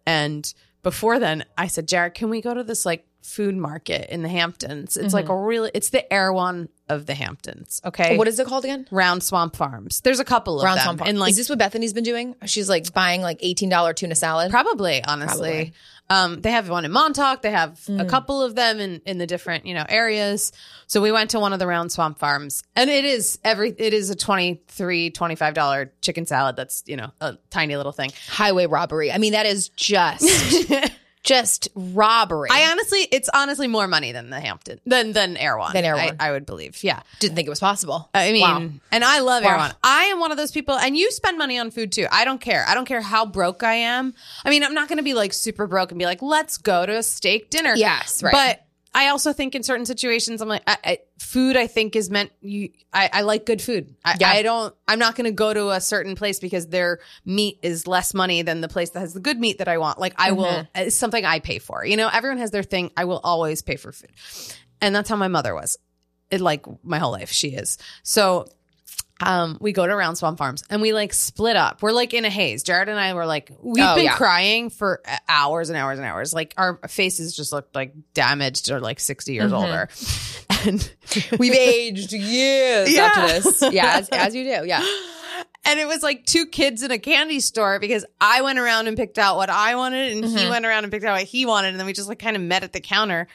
Speaker 5: And before then, I said, Jared, can we go to this like food market in the Hamptons? It's
Speaker 4: Mm-hmm.
Speaker 5: like a really it's the Erewhon of the Hamptons. Okay,
Speaker 4: What is it called again?
Speaker 5: Round Swamp Farms? There's a couple of
Speaker 4: Brown
Speaker 5: them,
Speaker 4: Tom Pop.
Speaker 5: and like
Speaker 4: is this what Bethany's been doing? She's like buying like eighteen dollar tuna salad.
Speaker 5: Probably, honestly. Um, they have one in Montauk. They have
Speaker 4: Mm.
Speaker 5: a couple of them in, in the different, you know, areas. So we went to one of the Round Swamp Farms and it is every, it is a $23, $25 chicken salad. That's, you know, a tiny little thing.
Speaker 4: Highway robbery. I mean, that is just just robbery.
Speaker 5: I honestly, it's honestly more money than the Hampton, than, than Erewhon.
Speaker 4: Than
Speaker 5: I-
Speaker 4: Erewhon.
Speaker 5: I, would believe. Yeah.
Speaker 4: didn't think it was possible.
Speaker 5: I mean,
Speaker 4: Wow.
Speaker 5: and I love Erewhon. I am one of those people, and you spend money on food too. I don't care. I don't care how broke I am. I mean, I'm not going to be like super broke and be like, let's go to a steak dinner.
Speaker 4: Yes, right.
Speaker 5: But I also think in certain situations, I'm like, I, I, food. I think is meant. You, I, I like good food. I,
Speaker 4: Yeah.
Speaker 5: I don't. I'm not going to go to a certain place because their meat is less money than the place that has the good meat that I want. Like I will.
Speaker 4: Mm-hmm.
Speaker 5: It's something I pay for. You know, everyone has their thing. I will always pay for food, and that's how my mother was it like my whole life she is so um we go to round swamp farms and we like split up we're like in a haze jared and i were like we've
Speaker 4: Oh,
Speaker 5: been
Speaker 4: yeah.
Speaker 5: crying for hours and hours and hours like our faces just looked like damaged or like 60 years
Speaker 4: Mm-hmm.
Speaker 5: older and
Speaker 4: We've aged years
Speaker 5: Yeah.
Speaker 4: after this. Yeah, as, as you do. Yeah.
Speaker 5: and it was like two kids in a candy store because I went
Speaker 4: Mm-hmm.
Speaker 5: around and picked out what I wanted and he went around and picked out what he wanted and then we just like kind of met at the counter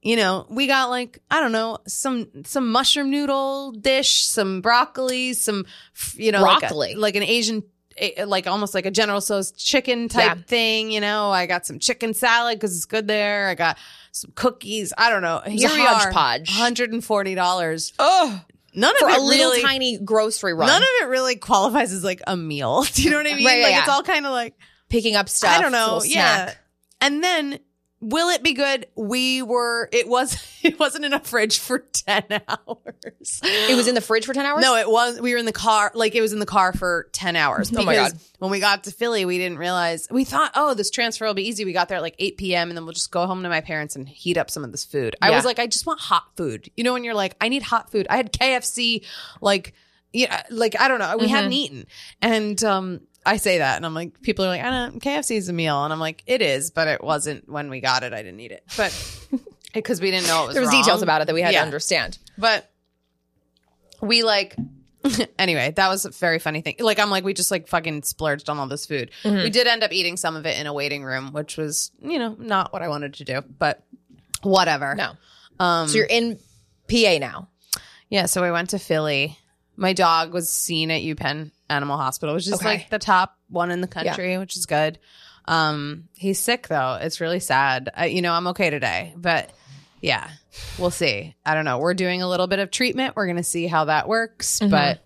Speaker 5: you know, we got like I don't know some some mushroom noodle dish, some broccoli, some f- you know like a-
Speaker 4: Broccoli.
Speaker 5: like, an Asian. eh, Like almost like a General Tso's chicken type
Speaker 4: Yeah.
Speaker 5: thing, you know. I got some chicken salad because it's good there. I got some cookies. I don't know.
Speaker 4: was a
Speaker 5: Here we are,
Speaker 4: hodgepodge.
Speaker 5: hundred and forty dollars. Oh, none of
Speaker 4: for
Speaker 5: it
Speaker 4: a little
Speaker 5: really,
Speaker 4: tiny grocery run.
Speaker 5: none of it really qualifies as like a meal. Do you know what I mean?
Speaker 4: Right, yeah,
Speaker 5: like
Speaker 4: yeah.
Speaker 5: it's all kind of like
Speaker 4: picking up stuff.
Speaker 5: I don't know.
Speaker 4: little
Speaker 5: Yeah.
Speaker 4: snack.
Speaker 5: And then will it be good? We were it was it wasn't in a fridge for 10 hours.
Speaker 4: It was in the fridge for 10 hours?
Speaker 5: No, it was we were in the car like it was in the car for 10 hours.
Speaker 4: Oh my
Speaker 5: because
Speaker 4: God.
Speaker 5: When we got to Philly, we didn't realize we thought, "Oh, this transfer will be easy." We got there at like 8 p.m. and then we'll just go home to my parents and heat up some of this food. I
Speaker 4: Yeah.
Speaker 5: was like, "I just want hot food." You know when you're like, "I need hot food." I had KFC like yeah, like I don't know. We hadn't
Speaker 4: Mm-hmm.
Speaker 5: eaten. And um I say that and I'm like people are like, I don't KFC is a meal and I'm like, it is, but it wasn't when we got it. I didn't eat it. But because we didn't know it was
Speaker 4: There was details
Speaker 5: wrong.
Speaker 4: about it that we had
Speaker 5: Yeah.
Speaker 4: to understand.
Speaker 5: But we like anyway, that was a very funny thing. Like I'm like, we just like fucking splurged on all this food.
Speaker 4: Mm-hmm.
Speaker 5: We did end up eating some of it in a waiting room, which was, you know, not what I wanted to do, but whatever. Um,
Speaker 4: No. so you're in PA now.
Speaker 5: Yeah, so we went to Philly. My dog was seen at UPenn Animal Hospital, which is
Speaker 4: Okay.
Speaker 5: like the top one in the country, which is good. Um, he's sick though. It's really sad. I, you know, I'm okay today, but yeah, we'll see. I don't know. We're doing a little bit of treatment. We're gonna see how that works,
Speaker 4: Mm-hmm.
Speaker 5: but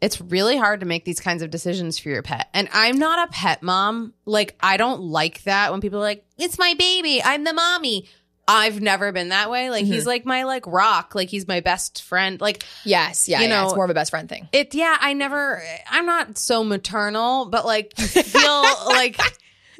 Speaker 5: it's really hard to make these kinds of decisions for your pet. And I'm not a pet mom. Like, I don't like that when people are like, it's my baby. I'm the mommy. I've never been that way. Like,
Speaker 4: Mm-hmm.
Speaker 5: he's like my like rock. Like, he's my best friend. Like,
Speaker 4: Yes. Yeah.
Speaker 5: You
Speaker 4: yeah.
Speaker 5: know-
Speaker 4: it's more of a best friend thing.
Speaker 5: it, yeah, I never, I'm not so maternal, but like, you feel like,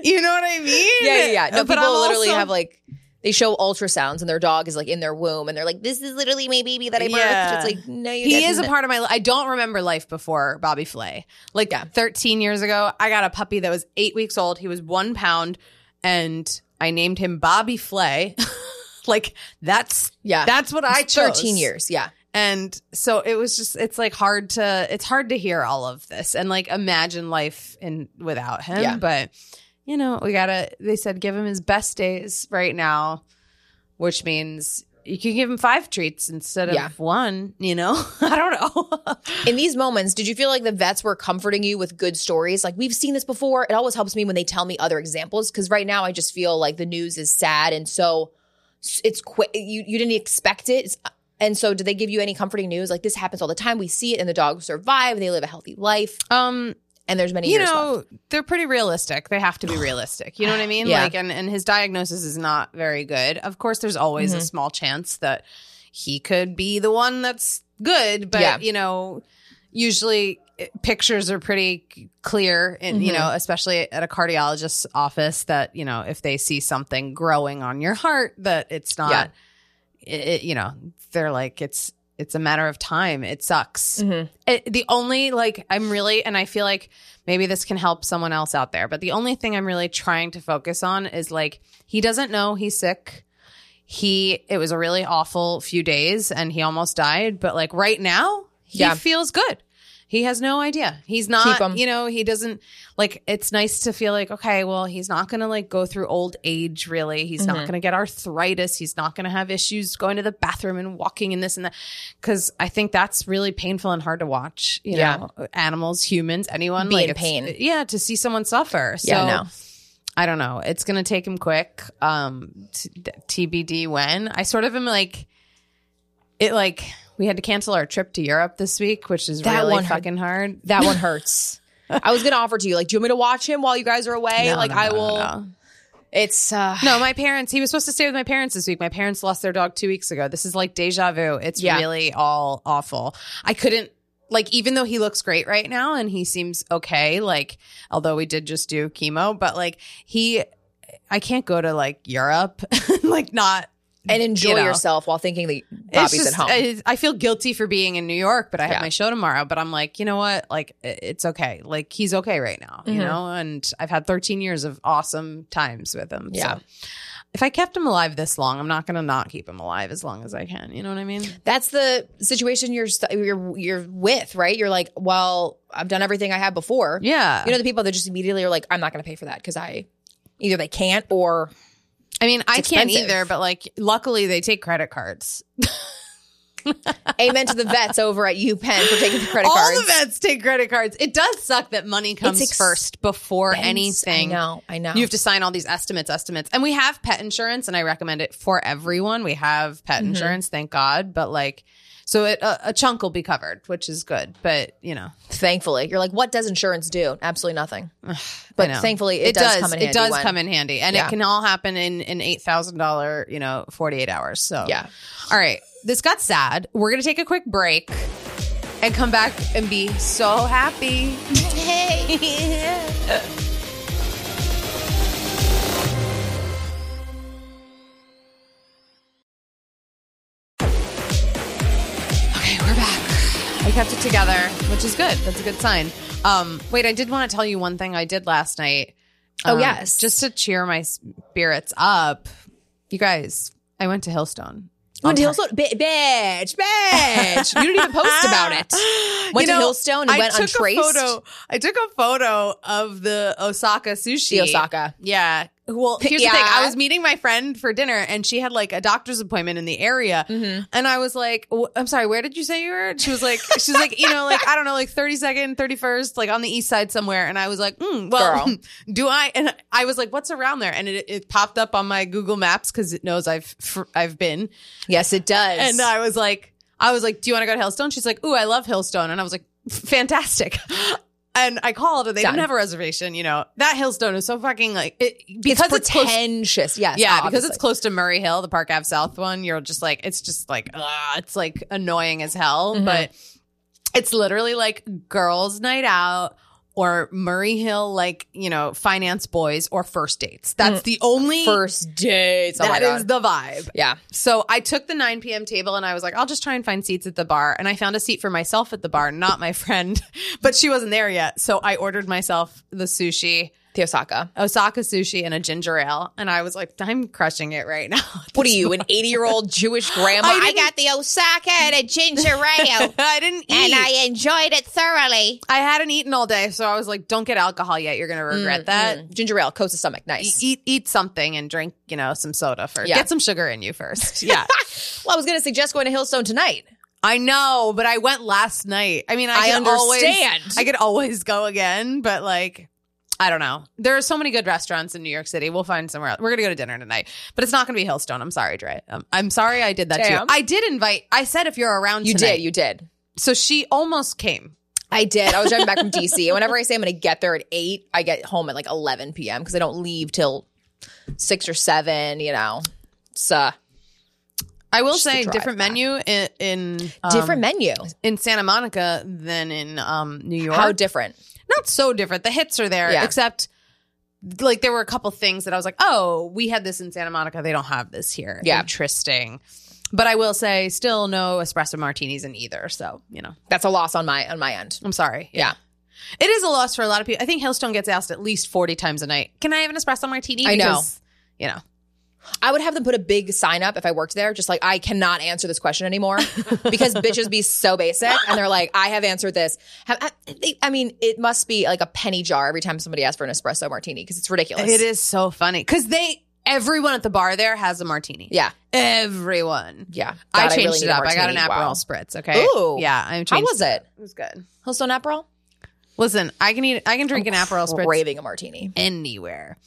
Speaker 5: you know what I mean?
Speaker 4: Yeah. Yeah. yeah. No,
Speaker 5: But
Speaker 4: people
Speaker 5: I'm
Speaker 4: literally
Speaker 5: also-
Speaker 4: have like, they show ultrasounds and their dog is like in their womb and they're like, this is literally my baby that I birthed.
Speaker 5: Yeah.
Speaker 4: It's like, no, you
Speaker 5: He
Speaker 4: didn't.
Speaker 5: is a part of my life. I don't remember life before Bobby Flay. Like 13 years ago, I got a puppy that was eight weeks old. He was one pound, and I named him Bobby Flay. like that's
Speaker 4: Yeah.
Speaker 5: that's what I chose.
Speaker 4: 13 years. Yeah.
Speaker 5: and so it was just it's like hard to it's hard to hear all of this and like imagine life in without him.
Speaker 4: Yeah.
Speaker 5: But you know, we gotta. They said give him his best days right now, which means. You can give him five treats instead of
Speaker 4: Yeah.
Speaker 5: one, you know? I don't know.
Speaker 4: In these moments, did you feel like the vets were comforting you with good stories? Like, we've seen this before. It always helps me when they tell me other examples because right now I just feel like the news is sad and so s- it's quick. You, you didn't expect it. It's- and so, did they give you any comforting news? Like, this happens all the time. We see it and the dogs survive. They live a healthy life.
Speaker 5: Um,
Speaker 4: And there's many
Speaker 5: you
Speaker 4: years
Speaker 5: know,
Speaker 4: left.
Speaker 5: they're pretty realistic. They have to be realistic. You know what I mean?
Speaker 4: Yeah.
Speaker 5: Like, and and his diagnosis is not very good. Of course, there's always
Speaker 4: Mm-hmm.
Speaker 5: a small chance that he could be the one that's good, but
Speaker 4: Yeah.
Speaker 5: you know, usually eh, pictures are pretty c- clear and you
Speaker 4: Mm-hmm.
Speaker 5: know especially at a cardiologist's office that you know if they see something growing on your heart that it's not
Speaker 4: Yeah.
Speaker 5: it, it- you know they're like it's it's a matter of time it sucks
Speaker 4: Mm-hmm.
Speaker 5: it, Eh, the only like i'm really and i feel like maybe this can help someone else out there but the only thing i'm really trying to focus on is like he doesn't know he's sick he it was a really awful few days and he almost died but like right now he
Speaker 4: Yeah.
Speaker 5: feels good he has no idea he's
Speaker 4: Keep him.
Speaker 5: not you know he doesn't like it's nice to feel like okay well he's not gonna like go through old age really he's
Speaker 4: Mm-hmm.
Speaker 5: not gonna get arthritis he's not gonna have issues going to the bathroom and walking and this and that because i think that's really painful and hard to watch you
Speaker 4: Yeah.
Speaker 5: know animals humans anyone
Speaker 4: Be
Speaker 5: like
Speaker 4: in
Speaker 5: it's-
Speaker 4: pain.
Speaker 5: yeah to see someone suffer so
Speaker 4: Yeah, no.
Speaker 5: I don't know. It's gonna take him quick. Um, t- TBD when. I sort of am like, it like we had to cancel our trip to Europe this week, which is
Speaker 4: That
Speaker 5: really
Speaker 4: one hurt.
Speaker 5: fucking hard.
Speaker 4: That one hurts. I was going to offer to you, like, do you want me to watch him while you guys are away?
Speaker 5: No,
Speaker 4: like,
Speaker 5: no,
Speaker 4: I
Speaker 5: no, no,
Speaker 4: will.
Speaker 5: No.
Speaker 4: It's, uh,
Speaker 5: No, my parents. He was supposed to stay with my parents this week. My parents lost their dog two weeks ago. This is like deja vu. It's
Speaker 4: Yeah.
Speaker 5: really all awful. I couldn't like even though he looks great right now and he seems okay. Like although we did just do chemo, but like he, I can't go to like Europe, like not
Speaker 4: and enjoy
Speaker 5: You know.
Speaker 4: yourself while thinking that
Speaker 5: It's
Speaker 4: Bobby's
Speaker 5: just- uh,
Speaker 4: at home.
Speaker 5: I, I feel guilty for being in New York, but I have
Speaker 4: Yeah.
Speaker 5: my show tomorrow. But I'm like, you know what? Like, i- it's okay. Like, he's okay right now, you know? And I've had 13 years of awesome times with him.
Speaker 4: Yeah.
Speaker 5: So if I kept him alive this long, I'm not going to not keep him alive as long as I can. You know what I mean?
Speaker 4: that's the situation you're st- you're you're with, right? You're like, well, I've done everything I had before.
Speaker 5: Yeah.
Speaker 4: You know the people that just immediately are like, I'm not going to pay for that because I either they can't or
Speaker 5: I mean, I can't
Speaker 4: expensive.
Speaker 5: either, but like, luckily they take credit cards.
Speaker 4: Amen to the vets over at UPenn for taking the credit
Speaker 5: All
Speaker 4: cards.
Speaker 5: the vets take credit cards. It does suck that money comes
Speaker 4: ex-
Speaker 5: first before
Speaker 4: Thanks.
Speaker 5: anything.
Speaker 4: I know. I know.
Speaker 5: You have to sign all these estimates, estimates. And we have pet insurance, and I recommend it for everyone. We have pet
Speaker 4: Mm-hmm.
Speaker 5: insurance, thank God. But like, so it, a, a chunk will be covered, which is good. But you know,
Speaker 4: thankfully, you're like, what does insurance do? Absolutely nothing.
Speaker 5: I
Speaker 4: But
Speaker 5: know.
Speaker 4: thankfully, it, does, come in
Speaker 5: It
Speaker 4: handy
Speaker 5: does
Speaker 4: when-
Speaker 5: come in handy, and
Speaker 4: Yeah.
Speaker 5: it can all happen in an eight thousand dollar, you know, forty eight hours. So
Speaker 4: Yeah.
Speaker 5: all right. This got sad. We're gonna take a quick break and come back and be so happy. Okay, we're back. I kept it together, which is good. That's a good sign. Um, wait, I did want to tell you one thing I did last night.
Speaker 4: Oh,
Speaker 5: Um,
Speaker 4: yes.
Speaker 5: just to cheer my spirits up. You guys, I went to Hillstone.
Speaker 4: Went to Hillstone, Bi- bitch, bitch. You didn't even post about it. Went
Speaker 5: You
Speaker 4: to
Speaker 5: know,
Speaker 4: Hillstone and
Speaker 5: I
Speaker 4: went
Speaker 5: took a
Speaker 4: untraced.
Speaker 5: photo- I took a photo of the Osaka sushi.
Speaker 4: The Osaka.
Speaker 5: Yeah. Well, here's
Speaker 4: Yeah.
Speaker 5: the thing. I was meeting my friend for dinner and she had like a doctor's appointment in the area.
Speaker 4: Mm-hmm.
Speaker 5: And I was like, "Oh, I'm sorry, where did you say you were? And she was like, she's like, you know, like, I don't know, like 32nd, 31st, like on the east side somewhere. And I was like, mm, well,
Speaker 4: Girl.
Speaker 5: do I? And I was like, what's around there? And it, it popped up on my Google Maps because it knows I've, fr- I've been.
Speaker 4: Yes, it does.
Speaker 5: And uh, I was like, I was like, do you want to go to Hillstone? She's like, ooh, I love Hillstone. And I was like, fantastic. And I called and they
Speaker 4: Done.
Speaker 5: didn't have a reservation. You know, that Hillstone is so fucking like, it,
Speaker 4: it's
Speaker 5: because it's, close.
Speaker 4: pretentious. yes.
Speaker 5: Yeah, because
Speaker 4: obviously.
Speaker 5: it's close to Murray Hill, the Park Ave South one. You're just like, it's just like, ah, it's like annoying as hell.
Speaker 4: Mm-hmm.
Speaker 5: But it's literally like girls' night out or Murray Hill, like, you know, finance boys or first dates. That's the only,
Speaker 4: Mm. first dates. Oh
Speaker 5: that
Speaker 4: my
Speaker 5: is
Speaker 4: God.
Speaker 5: the vibe.
Speaker 4: yeah.
Speaker 5: So I took the 9 p.m. table and I was like, I'll just try and find seats at the bar. And I found a seat for myself at the bar, not my friend, but she wasn't there yet. So I ordered myself the sushi,
Speaker 4: The Osaka.
Speaker 5: Osaka sushi, and a ginger ale. And I was like, I'm crushing it right now.
Speaker 4: What are you, an 80 year old Jewish grandma?
Speaker 5: I didn't-
Speaker 4: the Osaka and a ginger ale.
Speaker 5: I didn't eat.
Speaker 4: enjoyed it thoroughly.
Speaker 5: I hadn't eaten all day. So I was like, don't get alcohol yet. You're going
Speaker 4: Mm,
Speaker 5: to regret that. E-,
Speaker 4: Ginger ale coats the stomach. Nice.
Speaker 5: Eat eat something and drink, you know, some soda first.
Speaker 4: Yeah.
Speaker 5: Get some sugar in you first. Yeah.
Speaker 4: Well, I was going to suggest going to Hillstone tonight.
Speaker 5: I know, but I went last night. I mean, I,
Speaker 4: I
Speaker 5: could
Speaker 4: understand.
Speaker 5: Always, I could always go again, but like, I don't know. There are so many good restaurants in New York City. We'll find somewhere else. We're gonna go to dinner tonight, but it's not gonna be Hillstone. I'm sorry, Dre. Um, I'm sorry I did that to you.
Speaker 4: Damn.
Speaker 5: I did invite. I said if you're around,
Speaker 4: You
Speaker 5: tonight.
Speaker 4: did. You did.
Speaker 5: So she almost came.
Speaker 4: I did. I was driving back from DC. And whenever I say I'm going to get there at 8, I get home at like 11 p.m. because I don't leave till 6 or 7, you know. It's uh,
Speaker 5: I will
Speaker 4: Just to
Speaker 5: say
Speaker 4: drive
Speaker 5: different
Speaker 4: back.
Speaker 5: menu in in, um,
Speaker 4: different menu.
Speaker 5: in Santa Monica than in um, New York.
Speaker 4: How different?
Speaker 5: not so different. The hits are there,
Speaker 4: Yeah.
Speaker 5: except like there were a couple things that I was like, oh, we had this in Santa Monica. They don't have this here.
Speaker 4: Yeah.
Speaker 5: Interesting. But I will say, still no espresso martinis in either. So, you know,
Speaker 4: That's a loss on my on my end.
Speaker 5: I'm sorry.
Speaker 4: Yeah.
Speaker 5: It is a loss for a lot of people. I think Hillstone gets asked at least 40 times a night, can I have an espresso martini?
Speaker 4: I know.
Speaker 5: Because, you know,
Speaker 4: I would have them put a big sign up if I worked there, just like I cannot answer this question anymore because bitches be so basic, and they're like, I have answered this. Have, I, they, I mean, it must be like a penny jar every time somebody asks for an espresso martini because it's ridiculous.
Speaker 5: it is so funny because they, everyone at the bar there has a martini.
Speaker 4: Yeah,
Speaker 5: Everyone.
Speaker 4: yeah.
Speaker 5: I
Speaker 4: God,
Speaker 5: changed
Speaker 4: really need
Speaker 5: it
Speaker 4: a
Speaker 5: up. I got an
Speaker 4: martini.
Speaker 5: Aperol
Speaker 4: Wow.
Speaker 5: spritz. Okay.
Speaker 4: Ooh.
Speaker 5: Yeah. I'm changed.
Speaker 4: How was it?
Speaker 5: It was good.
Speaker 4: Hillstone Aperol.
Speaker 5: Listen, I can eat. I can drink an Aperol spritz
Speaker 4: Raving a martini.
Speaker 5: anywhere.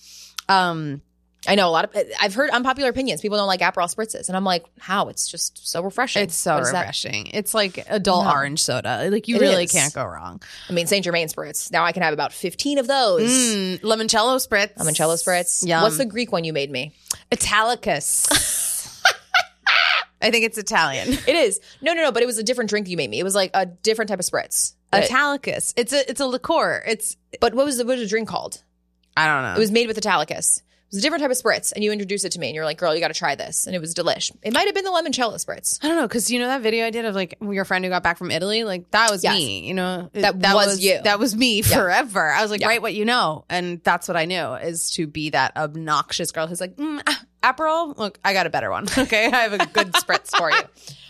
Speaker 5: Um,
Speaker 4: I know a lot of. I've heard unpopular opinions. People don't like Aperol spritzes, and I'm like, how? It's just so refreshing.
Speaker 5: it's so
Speaker 4: What is that?
Speaker 5: refreshing. It's like adult orange soda. Like you
Speaker 4: It
Speaker 5: really
Speaker 4: is.
Speaker 5: can't go wrong.
Speaker 4: I mean, Saint Germain spritz. Now I can have about 15 of those.
Speaker 5: Mm, limoncello spritz.
Speaker 4: Limoncello spritz.
Speaker 5: Yum.
Speaker 4: What's the Greek one you made me?
Speaker 5: Italicus. I think it's Italian.
Speaker 4: It is. No, no, no. But it was a different drink you made me. It was like a different type of spritz. But,
Speaker 5: Italicus. It's a it's a liqueur. It's
Speaker 4: but what was the what was the drink called?
Speaker 5: I don't know.
Speaker 4: It was made with Italicus. It was a different type of spritz, and you introduced it to me, and you're like, "Girl, you got to try this," and it was delish. It might have been the limoncello spritz.
Speaker 5: I don't know because you know that video I did of like your friend who got back from Italy. Like that was
Speaker 4: Yes.
Speaker 5: me. You know It-
Speaker 4: That was you.
Speaker 5: That was me forever. I was like, write what you know, and that's what I knew is to be that obnoxious girl who's like, mm, ah, Aperol. Look, I got a better one. Okay, I have a good spritz for you.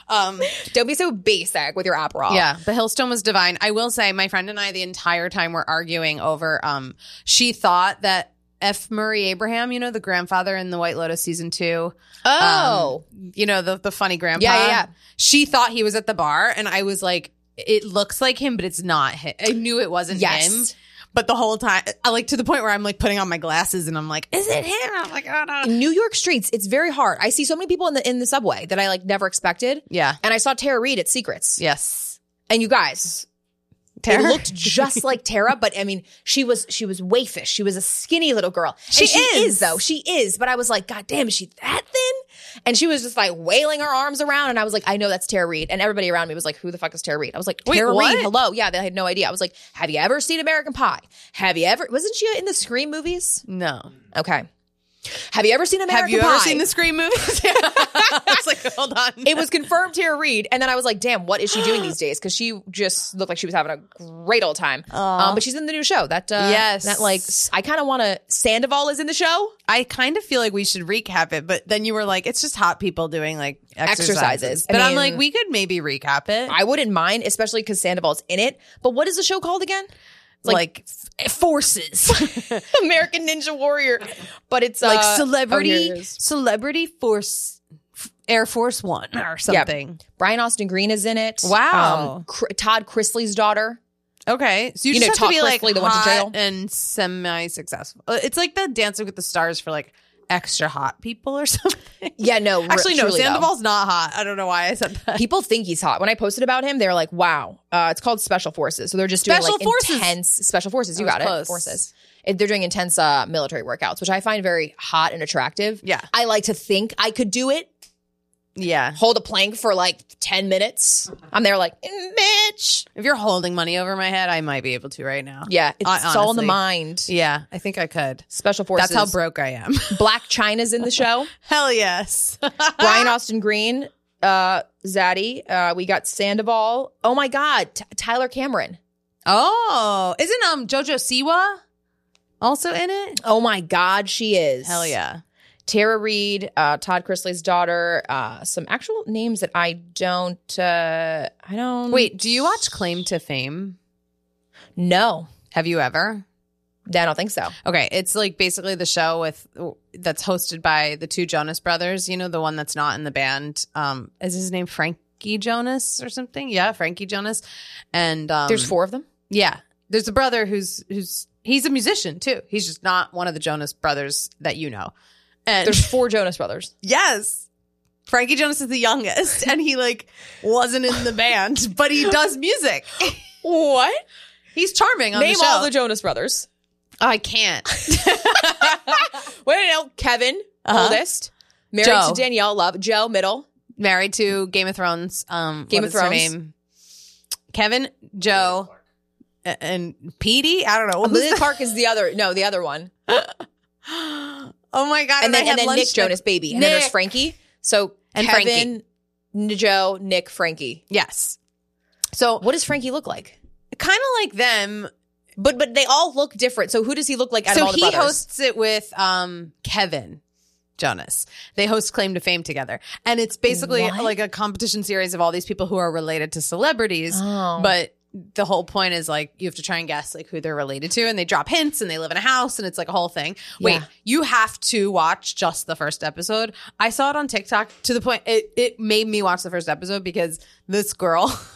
Speaker 5: Um,
Speaker 4: Don't be so basic with your Aperol.
Speaker 5: yeah, the Hillstone was divine. I will say, my friend and I the entire time were arguing over. Um, she thought that F. Murray Abraham, you know, the grandfather in The White Lotus season two.
Speaker 4: Oh.
Speaker 5: Um, You know, the, the funny grandpa.
Speaker 4: Yeah, yeah, yeah.
Speaker 5: She thought he was at the bar, and I was like, it looks like him, but it's not him. I knew it wasn't
Speaker 4: Yes.
Speaker 5: him. But the whole time, I like to the point where I'm like putting on my glasses and I'm like, is it him? I'm like, oh no.
Speaker 4: New York streets, it's very hard. I see so many people in the in the subway that I like never expected.
Speaker 5: Yeah.
Speaker 4: And I saw Tara Reid at Secrets.
Speaker 5: Yes.
Speaker 4: And you guys,
Speaker 5: Tara.
Speaker 4: it looked just like Tara, but I mean, she was she was waifish. She was a skinny little girl. And
Speaker 5: She
Speaker 4: she
Speaker 5: is.
Speaker 4: though. She is. But I was like, God damn, is she that thin? And she was just like wailing her arms around, and I was like, I know that's Tara Reid. And everybody around me was like, Who the fuck is Tara Reid? I was like,
Speaker 5: Wait,
Speaker 4: Tara
Speaker 5: what?
Speaker 4: Reid, hello. Yeah, they had no idea. I was like, Have you ever seen American Pie? Have you ever? Wasn't she in the Scream movies?
Speaker 5: no.
Speaker 4: Okay. Have you ever seen American
Speaker 5: Have you
Speaker 4: Pie?
Speaker 5: ever seen the Scream movies? it's like, hold on.
Speaker 4: it was confirmed Tara Reid, and then I was like, "Damn, what is she doing these days?" Because she just looked like she was having a great old time. Um, but she's in the new show. That uh,
Speaker 5: Yes.
Speaker 4: that like s- I kind of want to. Sandoval is in the show.
Speaker 5: I kind of feel like we should recap it, but then you were like, it's just hot people doing like exercises.
Speaker 4: Exercises. I
Speaker 5: But I am
Speaker 4: mean-
Speaker 5: like, we could maybe recap it.
Speaker 4: I wouldn't mind, especially because Sandoval's in it. But what is the show called again?
Speaker 5: like,
Speaker 4: Forces, American Ninja Warrior. But it's
Speaker 5: like
Speaker 4: uh, oh,
Speaker 5: celebrity,
Speaker 4: here it is.
Speaker 5: celebrity force, F- Air Force One or something.
Speaker 4: Brian Austin Green is in it.
Speaker 5: Wow.
Speaker 4: Um, Cr- Todd Chrisley's daughter.
Speaker 5: Okay. So you,
Speaker 4: You
Speaker 5: just
Speaker 4: know,
Speaker 5: have to be
Speaker 4: Todd
Speaker 5: like
Speaker 4: Chrisley, the one to
Speaker 5: hot
Speaker 4: jail?
Speaker 5: and semi successful. It's like the Dancing with the Stars for like extra hot people or something.
Speaker 4: Yeah, no, r-
Speaker 5: Actually, no,
Speaker 4: truly, though.
Speaker 5: Sandoval's not hot. I don't know why I said that.
Speaker 4: People think he's hot. When I posted about him, they're like, "Wow, uh, it's called Special Forces." So they're just
Speaker 5: Special
Speaker 4: doing like
Speaker 5: Forces.
Speaker 4: intense Special Forces. You
Speaker 5: was
Speaker 4: got
Speaker 5: close.
Speaker 4: it, Forces. It- They're doing intense uh, military workouts, which I find very hot and attractive.
Speaker 5: Yeah.
Speaker 4: I like to think I could do it.
Speaker 5: Yeah.
Speaker 4: Hold a plank for like ten minutes. I'm there like, "Mm, bitch.
Speaker 5: If you're holding money over my head, I might be able to right now.
Speaker 4: Yeah, it's,
Speaker 5: Hon-
Speaker 4: it's all in the
Speaker 5: honestly.
Speaker 4: mind.
Speaker 5: Yeah, I think I could.
Speaker 4: Special Forces.
Speaker 5: That's how broke I am.
Speaker 4: Black China's in the show.
Speaker 5: Hell yes.
Speaker 4: Brian Austin Green, uh, Zaddy. Uh, we got Sandoval. Oh my God, T- Tyler Cameron.
Speaker 5: oh, isn't um JoJo Siwa also in it?
Speaker 4: Oh my God, she is.
Speaker 5: Hell yeah.
Speaker 4: Tara Reid, uh, Todd Chrisley's daughter, uh, some actual names that I don't, uh, I don't.
Speaker 5: Wait, do you watch Claim to Fame?
Speaker 4: no,
Speaker 5: Have you ever?
Speaker 4: I don't think so.
Speaker 5: Okay, it's like basically the show with that's hosted by the two Jonas brothers. You know, the one that's not in the band. Um, is his name Frankie Jonas or something? Yeah, Frankie Jonas. And um,
Speaker 4: There's four of them.
Speaker 5: Yeah. There's a brother who's who's he's a musician too. He's just not one of the Jonas brothers that you know. And
Speaker 4: There's four Jonas Brothers.
Speaker 5: yes. Frankie Jonas is the youngest and he like wasn't in the band, but he does music.
Speaker 4: What?
Speaker 5: He's charming on
Speaker 4: Name
Speaker 5: the show. Oh,
Speaker 4: all the Jonas Brothers.
Speaker 5: I can't.
Speaker 4: Wait, no, Kevin, oldest, married
Speaker 5: Joe.
Speaker 4: to Danielle Love, Uh-huh. Joe, middle.
Speaker 5: Married to Game of Thrones. Um
Speaker 4: Game
Speaker 5: what
Speaker 4: of
Speaker 5: is her
Speaker 4: Thrones.
Speaker 5: name? Kevin, Joe, a- and Petey. I don't know. Who's
Speaker 4: Amelia
Speaker 5: the-
Speaker 4: Clark is the other. No, the other one.
Speaker 5: oh my god!
Speaker 4: And
Speaker 5: I
Speaker 4: then
Speaker 5: had
Speaker 4: and then
Speaker 5: lunch
Speaker 4: Nick
Speaker 5: with-
Speaker 4: Jonas, baby. And then there's
Speaker 5: Nick.
Speaker 4: Frankie. So
Speaker 5: And
Speaker 4: Kevin, N- Joe, Nick, Frankie.
Speaker 5: Yes. So
Speaker 4: What does Frankie look like?
Speaker 5: kind of like them.
Speaker 4: But but they all look different. So who does he look like? Out
Speaker 5: so
Speaker 4: of all the
Speaker 5: he
Speaker 4: brothers?
Speaker 5: hosts it with um, Kevin Jonas. They host Claim to Fame together, and it's basically like a competition series of all these people who are related to celebrities.
Speaker 4: Oh.
Speaker 5: But the whole point is like you have to try and guess like who they're related to, and they drop hints, and they live in a house, and it's like a whole thing. Wait,
Speaker 4: Yeah.
Speaker 5: you have to watch just the first episode. I saw it on TikTok to the point it it made me watch the first episode because this girl.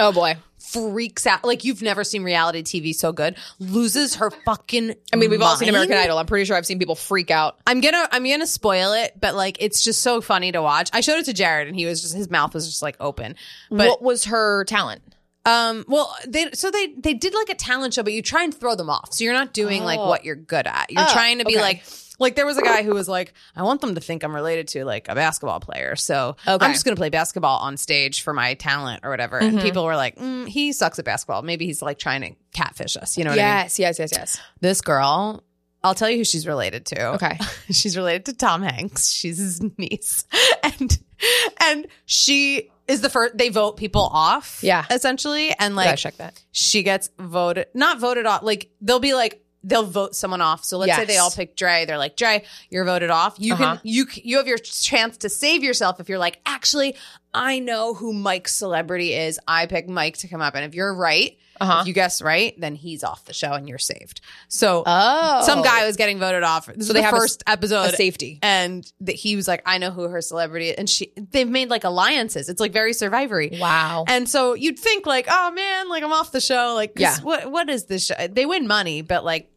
Speaker 4: Oh boy.
Speaker 5: freaks out. Like you've never seen reality TV so good. Loses her fucking.
Speaker 4: I mean, we've all seen American
Speaker 5: mind.
Speaker 4: Idol. I'm pretty sure I've seen people freak out.
Speaker 5: I'm gonna I'm gonna spoil it, but like it's just so funny to watch. I showed it to Jared, and he was just his mouth was just like open. But
Speaker 4: what was her talent?
Speaker 5: um, well, they so they they did like a talent show, but you try and throw them off. So you're not doing like what you're good at. You're trying to be
Speaker 4: Oh. okay.
Speaker 5: like. Like there was a guy who was like, I want them to think I'm related to like a basketball player, so
Speaker 4: Okay. Mm-hmm.
Speaker 5: I'm just gonna play basketball on stage for my talent or whatever. And people were like, mm, he sucks at basketball. Maybe he's like trying to catfish us. You know what I mean?
Speaker 4: Yes, yes, yes, yes.
Speaker 5: this girl i'll tell you who she's related to
Speaker 4: Okay.
Speaker 5: she's related to tom hanks she's his niece and and she is the first they vote people off
Speaker 4: Yeah.
Speaker 5: essentially and
Speaker 4: Gotta
Speaker 5: like
Speaker 4: check that.
Speaker 5: she gets voted not voted off like they'll be like they'll vote someone off so let's say
Speaker 4: Yes.
Speaker 5: they all pick Dre they're like Dre you're voted off you
Speaker 4: Uh-huh.
Speaker 5: can you c- you have your chance to save yourself if you're like actually I know who Mike's celebrity is. I pick Mike to come up. And if you're right,
Speaker 4: Uh-huh.
Speaker 5: if you guess right, then he's off the show and you're saved. So
Speaker 4: Oh.
Speaker 5: some guy was getting voted off. This so
Speaker 4: they
Speaker 5: the
Speaker 4: have a s-
Speaker 5: first episode.
Speaker 4: a safety.
Speaker 5: And that he was like, I know who her celebrity is. And she they've made like alliances. It's like very survivory.
Speaker 4: Wow.
Speaker 5: And so you'd think like, oh man, like I'm off the show. Like 'cause
Speaker 4: Yeah.
Speaker 5: what what is this show? They win money, but like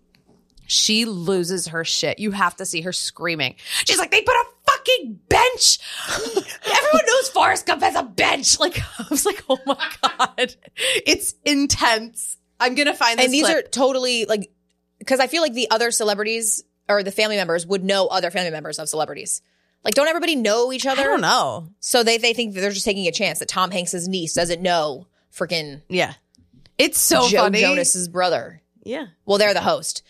Speaker 5: she loses her shit. You have to see her screaming. She's like, they put a fucking bench. Everyone knows Forrest Gump has a bench. Like I was like, oh my God. It's intense. I'm gonna find this.
Speaker 4: and these
Speaker 5: clip.
Speaker 4: are totally like because I feel like the other celebrities or the family members would know other family members of celebrities. Like, don't everybody know each other?
Speaker 5: I don't know.
Speaker 4: So they they think that they're just taking a chance that Tom Hanks's niece doesn't know freaking
Speaker 5: Yeah. It's so
Speaker 4: Joe
Speaker 5: funny.
Speaker 4: Jonas's brother.
Speaker 5: Yeah.
Speaker 4: Well, they're the host.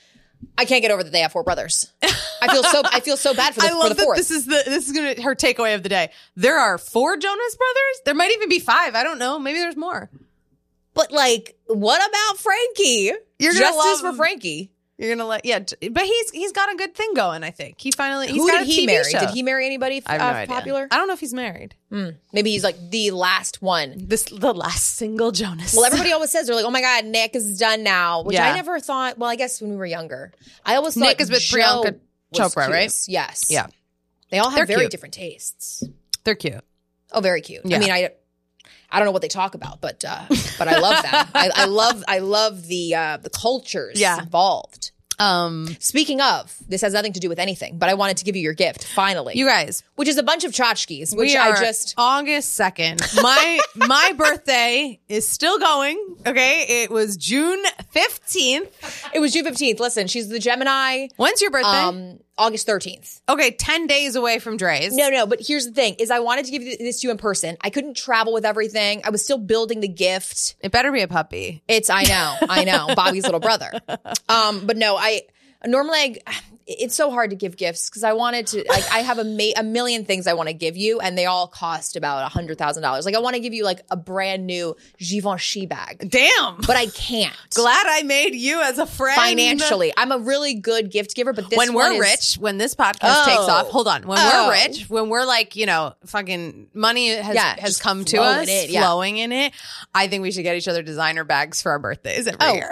Speaker 4: I can't get over that they have four brothers. I feel so I feel so bad for the,
Speaker 5: I
Speaker 4: for the
Speaker 5: love that
Speaker 4: fourth.
Speaker 5: this is the this is gonna her takeaway of the day. There are four Jonas brothers. There might even be five. I don't know. Maybe there's more.
Speaker 4: but like, what about Frankie?
Speaker 5: You're gonna
Speaker 4: Justice
Speaker 5: love-
Speaker 4: for Frankie.
Speaker 5: You're gonna let yeah, j- but he's he's got a good thing going. I think he finally he's
Speaker 4: Who
Speaker 5: got
Speaker 4: did
Speaker 5: a
Speaker 4: he
Speaker 5: TV
Speaker 4: marry?
Speaker 5: show.
Speaker 4: Did he marry anybody
Speaker 5: I have
Speaker 4: uh,
Speaker 5: no idea. Hmm.
Speaker 4: popular?
Speaker 5: I don't know if he's married.
Speaker 4: Maybe he's like the last one.
Speaker 5: This the last single Jonas.
Speaker 4: Well, everybody always says they're like, "Oh my God, Nick is done now," which
Speaker 5: Yeah.
Speaker 4: I never thought. Well, I guess when we were younger, I always
Speaker 5: Nick
Speaker 4: thought
Speaker 5: is with
Speaker 4: Joe
Speaker 5: Priyanka
Speaker 4: was
Speaker 5: Chopra, right?
Speaker 4: cutest. Yes,
Speaker 5: Yeah.
Speaker 4: They all have
Speaker 5: They're
Speaker 4: very
Speaker 5: cute.
Speaker 4: different tastes.
Speaker 5: they're cute.
Speaker 4: Oh, very cute.
Speaker 5: Yeah.
Speaker 4: I mean, I I don't know what they talk about, but uh, but I love them. I, I love I love the uh, the cultures
Speaker 5: Yeah.
Speaker 4: involved.
Speaker 5: Um,
Speaker 4: Speaking of, this has nothing to do with anything, but I wanted to give you your gift finally,
Speaker 5: you guys,
Speaker 4: which is a bunch of tchotchkes, which
Speaker 5: we are
Speaker 4: I just
Speaker 5: August second. My my birthday is still going. Okay, it was June fifteenth.
Speaker 4: it was June fifteenth. Listen, she's the Gemini.
Speaker 5: When's your birthday?
Speaker 4: Um, August thirteenth.
Speaker 5: okay, ten days away from Dre's.
Speaker 4: No, no, but here's the thing is I wanted to give you this to you in person. I couldn't travel with everything. I was still building the gift.
Speaker 5: It better be a puppy.
Speaker 4: It's I know, I know, Bobby's little brother. Um, but no, I normally I, it's so hard to give gifts because I wanted to like I have a ma- a million things I want to give you and they all cost about a hundred thousand dollars. Like I want to give you like a brand new Givenchy bag,
Speaker 5: Damn.
Speaker 4: but I can't.
Speaker 5: Glad I made you as a friend
Speaker 4: Financially, I'm a really good gift giver, but this
Speaker 5: when
Speaker 4: one
Speaker 5: we're
Speaker 4: is-
Speaker 5: rich, when this podcast
Speaker 4: Oh.
Speaker 5: takes off, hold on. When
Speaker 4: Oh.
Speaker 5: we're rich, when we're like, you know, fucking money has
Speaker 4: Yeah,
Speaker 5: has
Speaker 4: just
Speaker 5: come to
Speaker 4: flowing
Speaker 5: us,
Speaker 4: in, yeah.
Speaker 5: flowing in it. I think we should get each other designer bags for our birthdays every
Speaker 4: Oh.
Speaker 5: year.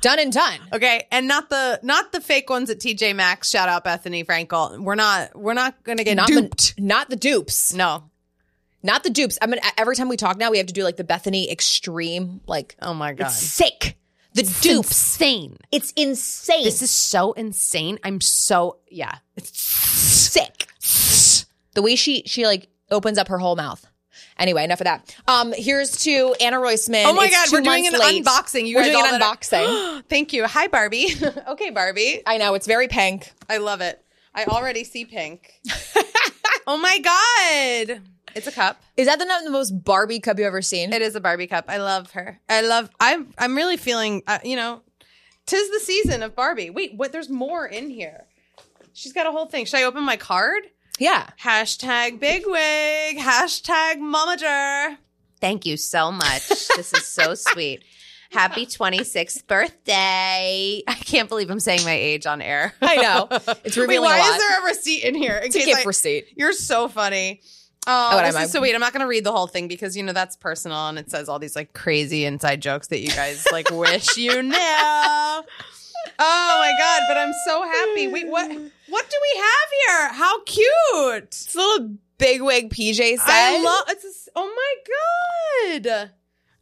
Speaker 4: done and done.
Speaker 5: okay, and not the not the fake ones at TJ Maxx. Shout out Bethany Frankel. We're not we're not gonna get
Speaker 4: Not
Speaker 5: duped.
Speaker 4: the not the dupes.
Speaker 5: no.
Speaker 4: Not the dupes. I mean, every time we talk now, we have to do like the Bethany extreme, like
Speaker 5: Oh my god.
Speaker 4: sick. The dupes.
Speaker 5: insane.
Speaker 4: It's insane.
Speaker 5: This is so insane. I'm so yeah. It's
Speaker 4: sick. The way she she like opens up her whole mouth. Anyway, enough of that. Um, here's to Anna Roisman.
Speaker 5: Oh my
Speaker 4: It's
Speaker 5: god,
Speaker 4: two
Speaker 5: we're doing an
Speaker 4: months late.
Speaker 5: unboxing. You
Speaker 4: we're
Speaker 5: guys
Speaker 4: doing
Speaker 5: all
Speaker 4: an
Speaker 5: that are-
Speaker 4: unboxing.
Speaker 5: Thank you. Hi, Barbie. okay, Barbie.
Speaker 4: I know it's very pink.
Speaker 5: I love it. I already see pink. oh my god. It's a cup.
Speaker 4: Is that the, not the most Barbie cup you've ever seen?
Speaker 5: It is a Barbie cup. I love her. I love I'm I'm really feeling uh, you know, tis the season of Barbie. Wait, what there's more in here. She's got a whole thing. Should I open my card?
Speaker 4: yeah.
Speaker 5: Hashtag big wig. Hashtag momager.
Speaker 3: Thank you so much. this is so sweet. Happy 26th birthday.
Speaker 5: I can't believe I'm saying my age on air.
Speaker 4: I know. It's revealing
Speaker 5: Wait, why
Speaker 4: a lot.
Speaker 5: is there a receipt in here? In
Speaker 4: it's a gift receipt.
Speaker 5: You're so funny. Oh,
Speaker 4: what
Speaker 5: this
Speaker 4: am
Speaker 5: is-
Speaker 4: I?
Speaker 5: so wait, I'm not going to read the whole thing because you know that's personal and it says all these like crazy inside jokes that you guys like wish you knew. Oh my god, but I'm so happy. Wait, what what do we have here? How cute.
Speaker 4: It's a little bigwig PJ set.
Speaker 5: I love it's a s- Oh my god.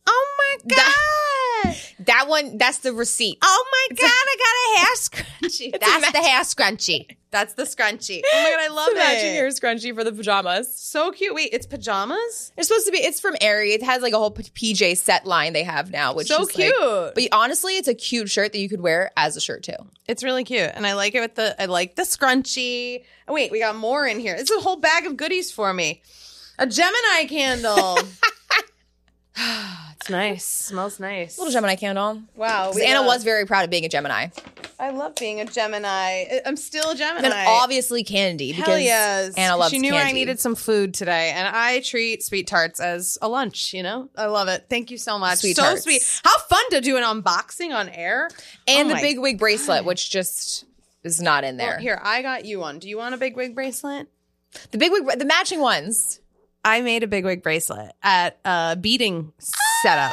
Speaker 5: Oh my god.
Speaker 4: that one. That's the receipt.
Speaker 5: oh my god, I got a hair scrunchie. That's the hair scrunchie. That's the scrunchie. Oh my god, I love
Speaker 4: Imagine
Speaker 5: it.
Speaker 4: your scrunchie for the pajamas.
Speaker 5: so cute. Wait, it's pajamas?
Speaker 4: It's supposed to be. It's from Aerie. It has like a whole p- PJ set line they have now, which
Speaker 5: So
Speaker 4: is like-
Speaker 5: cute.
Speaker 4: but honestly, it's a cute shirt that you could wear as a shirt too.
Speaker 5: It's really cute, and I like it with the I like the scrunchie. Oh, wait, we got more in here. It's a whole bag of goodies for me. A Gemini candle. it's nice. Smells nice.
Speaker 4: Little Gemini candle.
Speaker 5: Wow.
Speaker 4: 'Cause
Speaker 5: we
Speaker 4: Anna
Speaker 5: love-
Speaker 4: was very proud of being a Gemini,
Speaker 5: I love being a Gemini. I- I'm still a Gemini.
Speaker 4: and obviously candy because
Speaker 5: Hell yes.
Speaker 4: Anna loves
Speaker 5: She knew
Speaker 4: candy.
Speaker 5: I needed some food today, and I treat sweet tarts as a lunch. You know, I love it. Thank you so much.
Speaker 4: Sweet
Speaker 5: so
Speaker 4: tarts.
Speaker 5: sweet. How fun to do an unboxing on air.
Speaker 4: and
Speaker 5: Oh
Speaker 4: the
Speaker 5: my
Speaker 4: big wig bracelet, which just is not in there.
Speaker 5: Here, I got you one. Do you want a big wig bracelet?
Speaker 4: The big wig, the matching ones.
Speaker 5: I made a bigwig bracelet at a beading setup.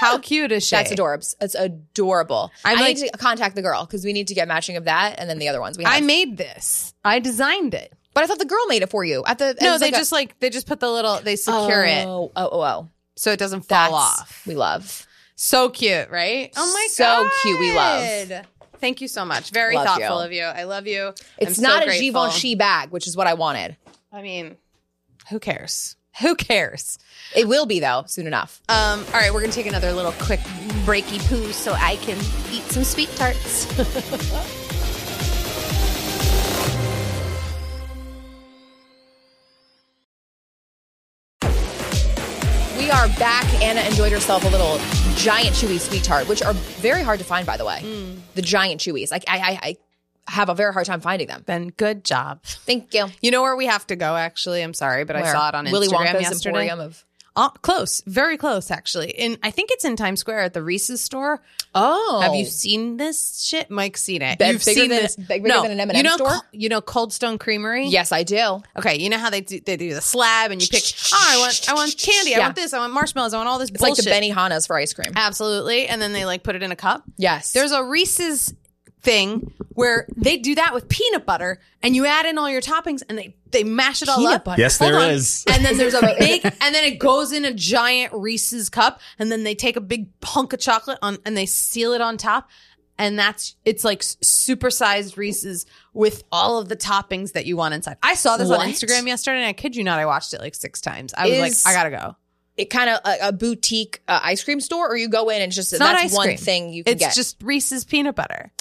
Speaker 5: How cute is she?
Speaker 4: That's adorbs. That's adorable. i
Speaker 5: I'm like-
Speaker 4: need to contact the girl because we need to get matching of that and then the other ones we have.
Speaker 5: I made this. I designed it.
Speaker 4: but I thought the girl made it for you at the.
Speaker 5: No,
Speaker 4: it's
Speaker 5: they
Speaker 4: like a-
Speaker 5: just like they just put the little they secure it
Speaker 4: Oh, oh, oh, oh.
Speaker 5: so it doesn't fall
Speaker 4: That's-
Speaker 5: off.
Speaker 4: We love.
Speaker 5: So cute, right? Oh my
Speaker 4: So
Speaker 5: god.
Speaker 4: cute. We love.
Speaker 5: Thank you so much. Very
Speaker 4: Love
Speaker 5: thoughtful
Speaker 4: you.
Speaker 5: of you. I love you.
Speaker 4: It's
Speaker 5: I'm so
Speaker 4: not a
Speaker 5: grateful.
Speaker 4: Givenchy bag, which is what I wanted.
Speaker 5: I mean, who cares? Who cares?
Speaker 4: It will be though soon enough.
Speaker 5: Um, all right, we're gonna take another little quick breaky poo so I can eat some sweet tarts.
Speaker 4: We are back. Anna enjoyed herself a little giant chewy sweet tart, which are very hard to find, by the way.
Speaker 5: Mm.
Speaker 4: The giant chewies, like I, I, I have a very hard time finding them.
Speaker 5: Ben, good job.
Speaker 4: Thank you.
Speaker 5: You know where we have to go, actually. I'm sorry, but I
Speaker 4: Where?
Speaker 5: saw it on
Speaker 4: Willy
Speaker 5: Instagram
Speaker 4: Wonka's
Speaker 5: yesterday.
Speaker 4: Emporium of
Speaker 5: Oh, close, very close, actually. In I think it's in Times Square at the Reese's store.
Speaker 4: Oh,
Speaker 5: Have you seen this shit? Mike's seen it.
Speaker 4: Be-
Speaker 5: You've
Speaker 4: bigger
Speaker 5: seen
Speaker 4: than-
Speaker 5: this.
Speaker 4: bigger than an M&M
Speaker 5: you know,
Speaker 4: store?
Speaker 5: Col- you know, Cold Stone Creamery.
Speaker 4: Yes, I do.
Speaker 5: Okay. You know how they do they do the slab and you pick. Oh, I want I want candy. I
Speaker 4: Yeah.
Speaker 5: want this. I want marshmallows. I want all this
Speaker 4: It's
Speaker 5: bullshit.
Speaker 4: like the Benny Hanna's for ice cream.
Speaker 5: Absolutely. And then they like put it in a cup.
Speaker 4: Yes.
Speaker 5: There's a Reese's thing where they do that with peanut butter and you add in all your toppings and they they mash it all
Speaker 4: Peanut
Speaker 5: up.
Speaker 4: butter?
Speaker 6: Yes,
Speaker 5: Hold
Speaker 6: there
Speaker 5: on.
Speaker 6: is.
Speaker 5: And then there's a big and then it goes in a giant Reese's cup and then they take a big hunk of chocolate on and they seal it on top and that's it's like s- supersized Reese's with all of the toppings that you want inside. I saw this on
Speaker 4: What?
Speaker 5: Instagram yesterday and I kid you not I watched it like 6 times. I was
Speaker 4: Is-
Speaker 5: like I got to go.
Speaker 4: it kind of a, a boutique uh, ice cream store, or you go in and it's just
Speaker 5: It's
Speaker 4: that's
Speaker 5: not ice
Speaker 4: one
Speaker 5: cream.
Speaker 4: thing you can
Speaker 5: it's
Speaker 4: get.
Speaker 5: just Reese's peanut butter.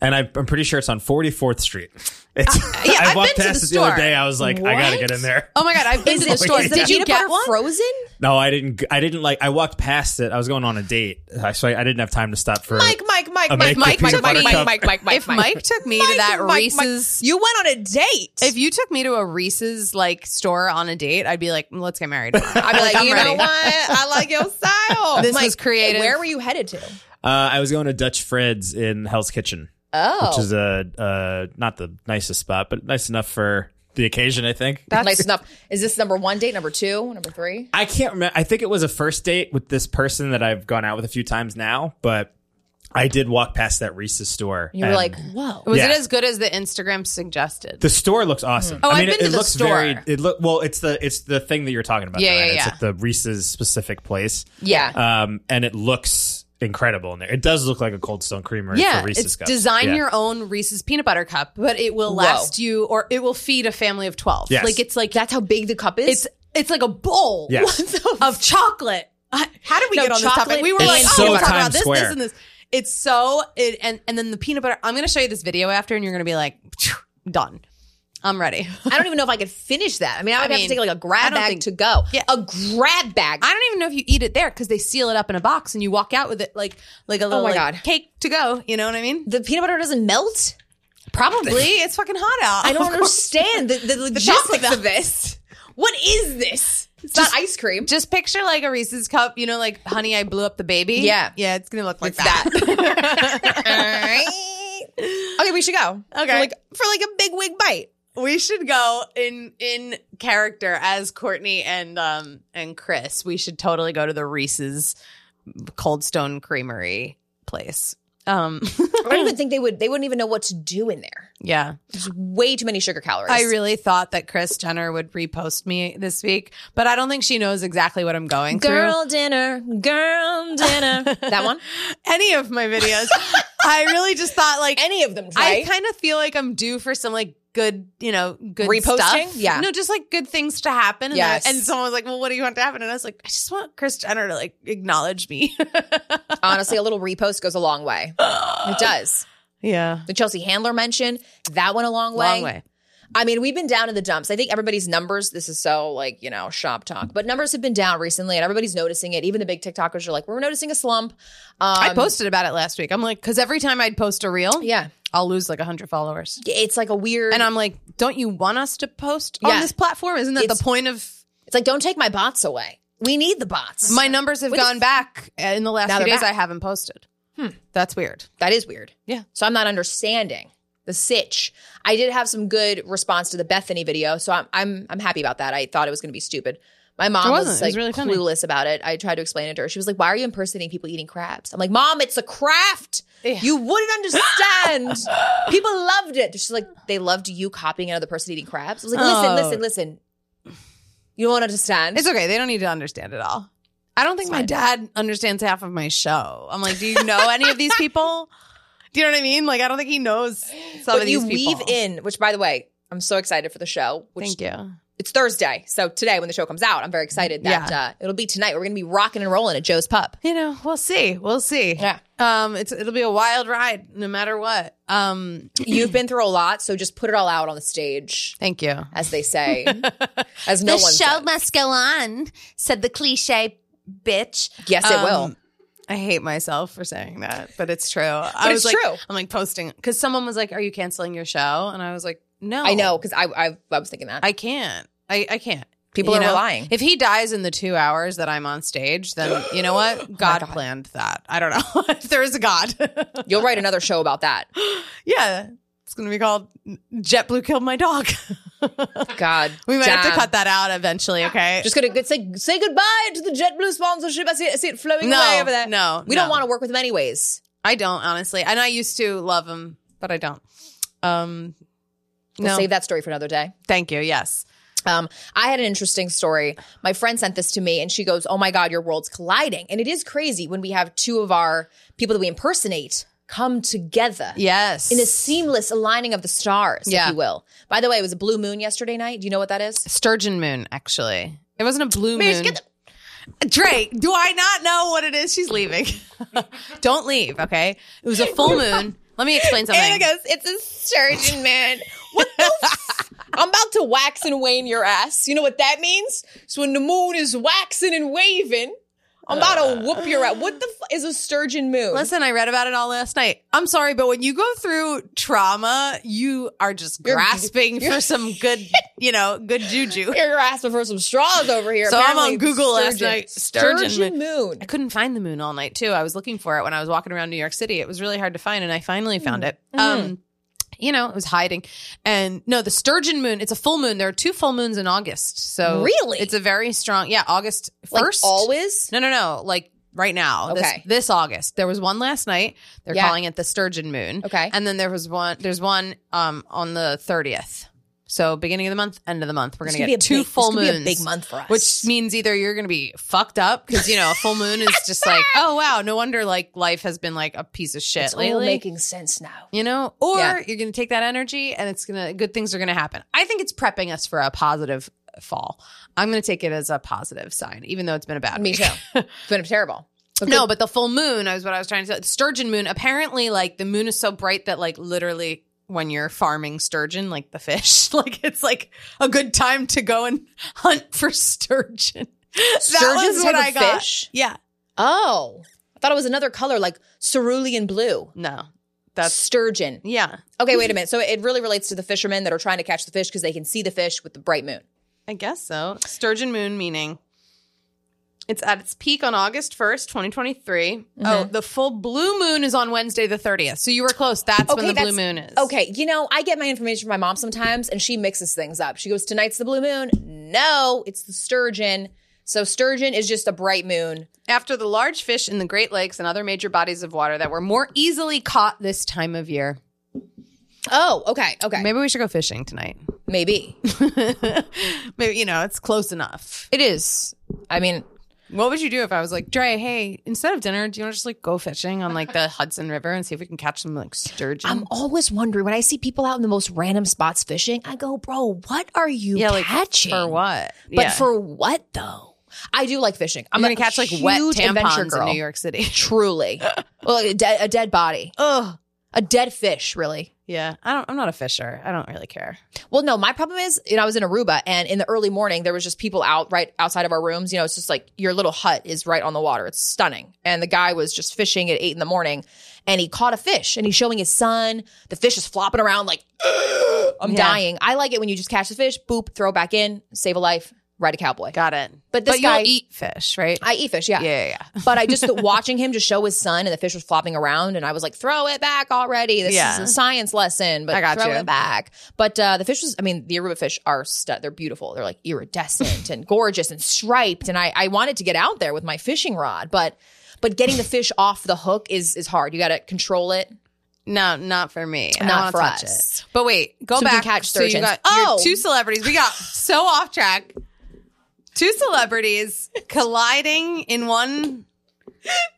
Speaker 6: And I, I'm pretty sure it's on 44th Street. It's,
Speaker 4: Uh,
Speaker 5: yeah,
Speaker 6: I
Speaker 5: I've
Speaker 6: walked
Speaker 5: been to
Speaker 6: past
Speaker 5: the
Speaker 6: it the other
Speaker 5: store.
Speaker 6: day. I was like, I gotta get in there.
Speaker 5: Oh my god, I've been to the
Speaker 6: it-
Speaker 5: store.
Speaker 6: is
Speaker 5: Did
Speaker 6: the
Speaker 5: you get one?
Speaker 4: frozen?
Speaker 6: No, I didn't. g- I didn't like. I walked past it. I was going on a date, uh, so I, I didn't have time to stop for.
Speaker 4: Mike, Mike, Mike,
Speaker 6: I'll
Speaker 4: Mike, Mike,
Speaker 6: make the
Speaker 4: Mike, Mike,
Speaker 6: peanut butter
Speaker 4: Mike,
Speaker 6: cup.
Speaker 4: Mike, Mike, Mike,
Speaker 5: if Mike took me to that Reese's,
Speaker 4: You went on a date.
Speaker 5: if you took me to a Reese's like store on a date, I'd be like, "Mm, let's get married. I'd
Speaker 4: I'd
Speaker 5: be like, I'm
Speaker 4: you
Speaker 5: ready.
Speaker 4: know what? I like your style.
Speaker 5: This was creative.
Speaker 4: Where were you headed to?
Speaker 6: Uh, I was going to Dutch Fred's in Hell's Kitchen,
Speaker 4: Oh,
Speaker 6: which is a uh, not the nicest spot, but nice enough for the occasion. I think.
Speaker 4: nice enough. Is this number one date? Number two? Number three?
Speaker 6: I can't remember. I think it was a first date with this person that I've gone out with a few times now, but I did walk past that Reese's store.
Speaker 4: You were
Speaker 6: and
Speaker 4: like, whoa.
Speaker 5: Was
Speaker 6: Yeah.
Speaker 5: it as good as the Instagram suggested?
Speaker 6: The store looks awesome.
Speaker 5: Oh,
Speaker 6: I
Speaker 5: I've
Speaker 6: mean,
Speaker 5: been
Speaker 6: it,
Speaker 5: to
Speaker 6: it
Speaker 5: the
Speaker 6: looks
Speaker 5: store.
Speaker 6: very. It look well. It's the it's the thing that you're talking about.
Speaker 5: Yeah,
Speaker 6: though,
Speaker 5: yeah,
Speaker 6: and
Speaker 5: yeah.
Speaker 6: It's like the Reese's specific place.
Speaker 5: Uh,
Speaker 4: Yeah.
Speaker 6: Um, and it looks incredible in there. It does look like a Cold Stone Creamery
Speaker 5: yeah,
Speaker 6: for Reese's
Speaker 5: it's
Speaker 6: cups.
Speaker 5: design
Speaker 6: Yeah.
Speaker 5: your own Reese's peanut butter cup, but it will last you, or it will feed a family of twelve.
Speaker 6: Yes.
Speaker 5: Like it's like
Speaker 4: That's how big the cup is.
Speaker 5: it's it's like a bowl
Speaker 6: Yes.
Speaker 5: of chocolate. I- How did we
Speaker 4: No,
Speaker 5: get on this
Speaker 4: chocolate
Speaker 5: topic? We were
Speaker 4: and
Speaker 5: like,
Speaker 6: It's
Speaker 5: oh,
Speaker 6: so
Speaker 5: we'll talk about
Speaker 6: Times
Speaker 5: this, this,
Speaker 6: Square.
Speaker 5: and this. It's so it, and and then the peanut butter. I'm going to show you this video after, and you're going to be like, "Phew, done. I'm ready.
Speaker 4: I don't even know if I could finish that. I mean, I would
Speaker 5: I
Speaker 4: have
Speaker 5: mean,
Speaker 4: to take like a
Speaker 5: I
Speaker 4: grab
Speaker 5: don't
Speaker 4: bag
Speaker 5: think-
Speaker 4: to go.
Speaker 5: Yeah.
Speaker 4: A grab bag.
Speaker 5: I don't even know if you eat it there because they seal it up in a box, and you walk out with it like like a little
Speaker 4: my
Speaker 5: like,
Speaker 4: God.
Speaker 5: cake to go. You know what I mean?
Speaker 4: the peanut butter doesn't melt.
Speaker 5: Probably it's fucking hot out.
Speaker 4: I don't
Speaker 5: Of course.
Speaker 4: understand the, the
Speaker 5: chocolate
Speaker 4: logistics of this. What is this? It's not ice cream.
Speaker 5: Just picture like a Reese's cup, you know, like honey, I blew up the baby.
Speaker 4: Yeah.
Speaker 5: yeah, it's gonna look like
Speaker 4: It's that. okay, we should go.
Speaker 5: Okay.
Speaker 4: For like, for like a big wig bite.
Speaker 5: We should go in in character as Courtney and um and Chris. We should totally go to the Reese's Cold Stone Creamery place. Um
Speaker 4: I don't even think they would. They wouldn't even know what to do in there.
Speaker 5: yeah.
Speaker 4: There's way too many sugar calories.
Speaker 5: I really thought that Chris Jenner would repost me this week, but I don't think she knows exactly what I'm going
Speaker 4: girl dinner, girl dinner. that one.
Speaker 5: through. Any of my videos. I really just thought like
Speaker 4: Any of them.
Speaker 5: I
Speaker 4: Right?
Speaker 5: kind of feel like I'm due for some like good, you know, good
Speaker 4: Reposting?
Speaker 5: Stuff.
Speaker 4: Yeah.
Speaker 5: no, just like good things to happen. And,
Speaker 4: Yes.
Speaker 5: I- and someone was like, "Well, what do you want to happen?" And I was like, "I just want Chris Jenner to like acknowledge me."
Speaker 4: Honestly, a little repost goes a long way. it does.
Speaker 5: yeah,
Speaker 4: The Chelsea Handler mention that went a long way.
Speaker 5: long way.
Speaker 4: I mean, we've been down in the dumps. I think everybody's numbers, this is so like, you know, shop talk, but numbers have been down recently and everybody's noticing it. Even the big TikTokers are like, we're noticing a slump. Um,
Speaker 5: I posted about it last week. I'm like, because every time I'd post a reel,
Speaker 4: Yeah.
Speaker 5: I'll lose like hundred followers.
Speaker 4: It's like a weird.
Speaker 5: And I'm like, don't you want us to post on
Speaker 4: Yeah.
Speaker 5: this platform? Isn't that
Speaker 4: It's-
Speaker 5: the point of?
Speaker 4: it's like, don't take my bots away. We need the bots.
Speaker 5: My numbers have
Speaker 4: What the
Speaker 5: gone
Speaker 4: f-
Speaker 5: back in the last
Speaker 4: Now
Speaker 5: few
Speaker 4: they're
Speaker 5: days.
Speaker 4: back. Hmm.
Speaker 5: I haven't posted. That's weird.
Speaker 4: that is weird.
Speaker 5: Yeah.
Speaker 4: So I'm not understanding. the sitch. I did have some good response to the Bethany video, so I'm I'm I'm happy about that. I thought it was going to be stupid. My mom
Speaker 5: wasn't.
Speaker 4: was
Speaker 5: It
Speaker 4: like
Speaker 5: was really funny.
Speaker 4: clueless about it. I tried to explain it to her. She was like, "Why are you impersonating people eating crabs?" I'm like, "Mom, it's a craft. You wouldn't understand." people loved it. She's like, "They loved you copying another person eating crabs." I was like, "Listen,
Speaker 5: Oh.
Speaker 4: listen, listen. You don't understand."
Speaker 5: It's okay. They don't need to understand it all. I don't think my dad understands half of my show. I'm like, do you know any of these people? Do you know what I mean? Like, I don't think he knows some
Speaker 4: but
Speaker 5: of
Speaker 4: you
Speaker 5: these people.
Speaker 4: weave in, which by the way, I'm so excited for the show. Which
Speaker 5: Thank you.
Speaker 4: It's Thursday, so today when the show comes out, I'm very excited that
Speaker 5: Yeah.
Speaker 4: uh, it'll be tonight. We're gonna be rocking and rolling at Joe's Pub.
Speaker 5: You know, we'll see. We'll see.
Speaker 4: Yeah.
Speaker 5: Um, it's it'll be a wild ride, no matter what. Um,
Speaker 4: You've been through a lot, so just put it all out on the stage,
Speaker 5: thank you.
Speaker 4: as they say, as no
Speaker 3: the
Speaker 4: one.
Speaker 3: show
Speaker 4: said.
Speaker 3: must go on, said the cliche bitch.
Speaker 4: Yes, it will.
Speaker 5: Um, I hate myself for saying that, but it's true. I
Speaker 4: But
Speaker 5: was
Speaker 4: it's
Speaker 5: like,
Speaker 4: true.
Speaker 5: I'm like posting because someone was like, "Are you canceling your show?" And I was like, "No,
Speaker 4: I know because I, I I was thinking that
Speaker 5: I can't. I, I can't."
Speaker 4: people
Speaker 5: You
Speaker 4: are
Speaker 5: know?
Speaker 4: relying.
Speaker 5: If he dies in the two hours that I'm on stage, then you know
Speaker 4: Oh
Speaker 5: what? God, planned that. I don't know if there is a God.
Speaker 4: You'll write another show about that.
Speaker 5: yeah, it's going to be called JetBlue killed my dog.
Speaker 4: God,
Speaker 5: we might have to
Speaker 4: damn.
Speaker 5: cut that out eventually. Okay,
Speaker 4: Just gonna say say goodbye to the JetBlue sponsorship. I see it, I see it flowing
Speaker 5: No,
Speaker 4: away over there.
Speaker 5: no,
Speaker 4: we
Speaker 5: no.
Speaker 4: don't want to work with them anyways.
Speaker 5: I don't honestly, and I used to love him, but I don't. Um,
Speaker 4: We'll
Speaker 5: no,
Speaker 4: save that story for another day.
Speaker 5: thank you. Yes.
Speaker 4: Um, I had an interesting story. My friend sent this to me and she goes, Oh my God, your world's colliding. And it is crazy when we have two of our people that we impersonate come together
Speaker 5: Yes.
Speaker 4: in a seamless aligning of the stars,
Speaker 5: Yeah.
Speaker 4: if you will. By the way, it was a blue moon yesterday night. Do you know what that is?
Speaker 5: sturgeon moon, actually. It wasn't a blue
Speaker 4: Bitch,
Speaker 5: moon.
Speaker 4: get
Speaker 5: Drake, do I not know what it is? She's leaving. Don't leave, okay? It was a full moon. Let me explain something.
Speaker 4: It's a surgeon, man. What the f- I'm about to wax and wane your ass. You know what that means? It's when the moon is waxing and waving. I'm about to whoop your ass. What the f- is a sturgeon moon?
Speaker 5: Uh. Listen, I read about it all last night. I'm sorry, but when you go through trauma, you are just
Speaker 4: You're-
Speaker 5: grasping for some good, you know, good juju.
Speaker 4: you're asking for some straws over here.
Speaker 5: So I'm
Speaker 4: Apparently
Speaker 5: on Google last night.
Speaker 4: Sturgeon,
Speaker 5: Sturgeon
Speaker 4: moon.
Speaker 5: I couldn't find the moon all night too. I was looking for it when I was walking around New York City. It was really hard to find, and I finally
Speaker 4: Hmm.
Speaker 5: found it. Um, you know, it was hiding. And no, the sturgeon moon. It's a full moon. There are two full moons in August. So
Speaker 4: Really?
Speaker 5: it's a very strong. Yeah, August
Speaker 4: Like
Speaker 5: first.
Speaker 4: always.
Speaker 5: No, no, no. Like right now.
Speaker 4: Okay.
Speaker 5: This, this August. There was one last night. They're
Speaker 4: Yeah.
Speaker 5: calling it the sturgeon moon.
Speaker 4: Okay.
Speaker 5: And then there was one. There's one um on the thirtieth. So beginning of the month, end of the month, we're
Speaker 4: This
Speaker 5: going to
Speaker 4: could be a
Speaker 5: get two
Speaker 4: big- this
Speaker 5: full
Speaker 4: could be a
Speaker 5: moons.
Speaker 4: big month for us.
Speaker 5: which means either you're going to be fucked up because you know a full moon is just like, oh wow, no wonder like life has been like a piece of shit
Speaker 4: It's all
Speaker 5: lately,
Speaker 4: making sense now.
Speaker 5: you know, or
Speaker 4: Yeah.
Speaker 5: you're going to take that energy and it's going to good things are going to happen. I think it's prepping us for a positive fall. I'm going to take it as a positive sign, even though it's been a bad
Speaker 4: Me
Speaker 5: week.
Speaker 4: too. It's been terrible.
Speaker 5: No, but the full moon is what I was trying to say. Sturgeon moon. Apparently, like the moon is so bright that like literally when you're farming sturgeon, like the fish, like it's like a good time to go and hunt for sturgeon.
Speaker 4: Sturgeon's
Speaker 5: Sturgeon's
Speaker 4: type of fish?
Speaker 5: Yeah.
Speaker 4: Oh, I thought it was another color like cerulean blue.
Speaker 5: No. That's
Speaker 4: sturgeon.
Speaker 5: yeah.
Speaker 4: Okay, wait a minute. So it really relates to the fishermen that are trying to catch the fish because they can see the fish with the bright moon.
Speaker 5: I guess so. Sturgeon moon meaning it's at its peak on August 1st, 2023. Oh, the full blue moon is on Wednesday the 30th. So you were close. That's when the blue
Speaker 4: that's-
Speaker 5: moon is.
Speaker 4: Okay, you know, I get my information from my mom sometimes and she mixes things up. She goes, Tonight's the blue moon. No, it's the sturgeon. So sturgeon is just a bright moon.
Speaker 5: After the large fish in the Great Lakes and other major bodies of water that were more easily caught this time of year.
Speaker 4: Oh, okay, okay.
Speaker 5: Maybe we should go fishing tonight.
Speaker 4: Maybe.
Speaker 5: Maybe, you know, it's close enough.
Speaker 4: It is. I mean,
Speaker 5: What would you do if I was like, Dre, hey, instead of dinner, do you want to just like go fishing on like the Hudson River and see if we can catch some like sturgeon?
Speaker 4: I'm always wondering when I see people out in the most random spots fishing, I go, bro, what are you
Speaker 5: yeah, like
Speaker 4: catching?
Speaker 5: for what?
Speaker 4: But
Speaker 5: Yeah.
Speaker 4: for what though? I do like fishing. I'm
Speaker 5: I'm gonna catch like wet
Speaker 4: adventure
Speaker 5: tampons
Speaker 4: girl.
Speaker 5: in New York City.
Speaker 4: Truly. well, a, dead, a dead body.
Speaker 5: Ugh.
Speaker 4: A dead fish, really.
Speaker 5: Yeah, I don't. I'm not a fisher. I don't really care.
Speaker 4: Well, no, my problem is, you know, I was in Aruba and in the early morning, there was just people out right outside of our rooms. You know, it's just like your little hut is right on the water. It's stunning. And the guy was just fishing at eight in the morning and he caught a fish and he's showing his son. The fish is flopping around like, I'm dying. I like it when you just catch the fish, boop, throw it back in, save a life. ride a cowboy.
Speaker 5: Got it.
Speaker 4: But this
Speaker 5: but you'll
Speaker 4: guy-
Speaker 5: eat fish, right?
Speaker 4: I eat fish, yeah.
Speaker 5: yeah, yeah, yeah.
Speaker 4: But I just watching him just show his son and the fish was flopping around and I was like, throw it back already. This
Speaker 5: Yeah.
Speaker 4: is a science lesson, but
Speaker 5: I got
Speaker 4: throw
Speaker 5: you.
Speaker 4: it back. But uh, the fish was, I mean, the Aruba fish are, stu- they're beautiful. They're like iridescent and gorgeous and striped. And I, I wanted to get out there with my fishing rod, but, but getting the fish off the hook is, is hard. You got to control it.
Speaker 5: No, not for me. I
Speaker 4: Not
Speaker 5: don't wanna
Speaker 4: for
Speaker 5: touch
Speaker 4: us.
Speaker 5: It. But wait, go
Speaker 4: So we can
Speaker 5: back.
Speaker 4: catch
Speaker 5: so you
Speaker 4: sturgeons.
Speaker 5: got your
Speaker 4: Oh.
Speaker 5: two celebrities. We got so off track. Two celebrities colliding in one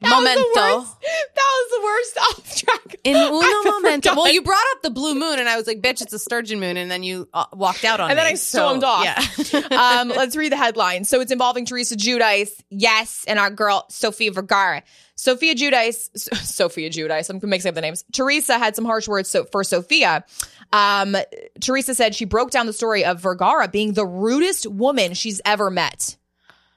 Speaker 5: momento.
Speaker 4: That was the worst off track.
Speaker 5: In uno momento.
Speaker 4: forgotten.
Speaker 5: Well, you brought up the blue moon, and I was like, "Bitch, it's a sturgeon moon," and then you uh, walked out on
Speaker 4: and
Speaker 5: me.
Speaker 4: then I
Speaker 5: So,
Speaker 4: stormed off.
Speaker 5: Yeah.
Speaker 4: um, let's read the headline. So it's involving Teresa Judice, yes, and our girl Sophia Vergara. Sophia Judice, S- Sophia Judice. I'm mixing up the names. Teresa had some harsh words so, for Sophia. Um, Teresa said she broke down the story of Vergara being the rudest woman she's ever met.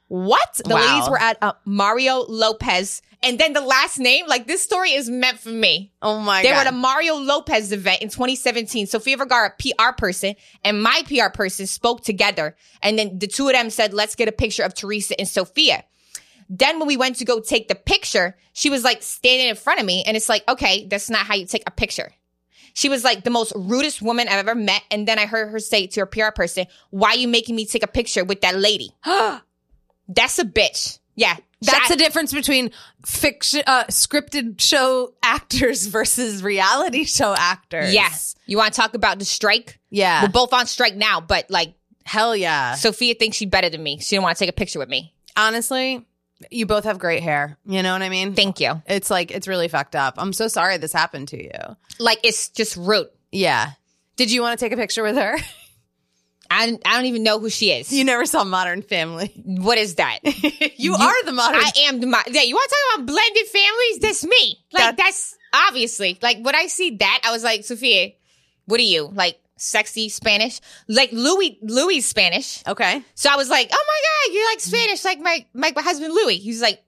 Speaker 4: What? The
Speaker 5: Wow.
Speaker 4: ladies were at uh, Mario Lopez, and then the last name. Like this story is meant for me.
Speaker 5: oh my
Speaker 4: They were
Speaker 5: god.
Speaker 4: at a Mario Lopez event in 2017. Sofia Vergara, PR person, and my PR person spoke together. And then the two of them said, let's get a picture of Teresa and Sophia. Then when we went to go take the picture, she was like standing in front of me. And it's like, okay, that's not how you take a picture. She was like the most rudest woman I've ever met. And then I heard her say to her PR person, why are you making me take a picture with that lady? that's a bitch. Yeah.
Speaker 5: That's
Speaker 4: She-
Speaker 5: the difference between fiction, uh, scripted show actors versus reality show actors.
Speaker 4: Yes. You want to talk about the strike?
Speaker 5: Yeah.
Speaker 4: We're both on strike now, but like
Speaker 5: Hell yeah.
Speaker 4: Sophia thinks she's better than me. She didn't want to take a picture with me.
Speaker 5: honestly, you both have great hair. You know what I mean?
Speaker 4: Thank you.
Speaker 5: it's like it's really fucked up. I'm so sorry this happened to you.
Speaker 4: Like it's just rude.
Speaker 5: Yeah. Did you want to take a picture with her?
Speaker 4: I, I don't even know who she is.
Speaker 5: You never saw Modern Family.
Speaker 4: What is that?
Speaker 5: you, are the modern.
Speaker 4: I am the mo- yeah. You want to talk about blended families? That's me. Like that's, obviously like when I see that, I was like Sophia, what are you like? Sexy Spanish, like Louis Louis Spanish.
Speaker 5: okay,
Speaker 4: So I was like, oh my god, you're like Spanish, like my my, my husband Louis. He's like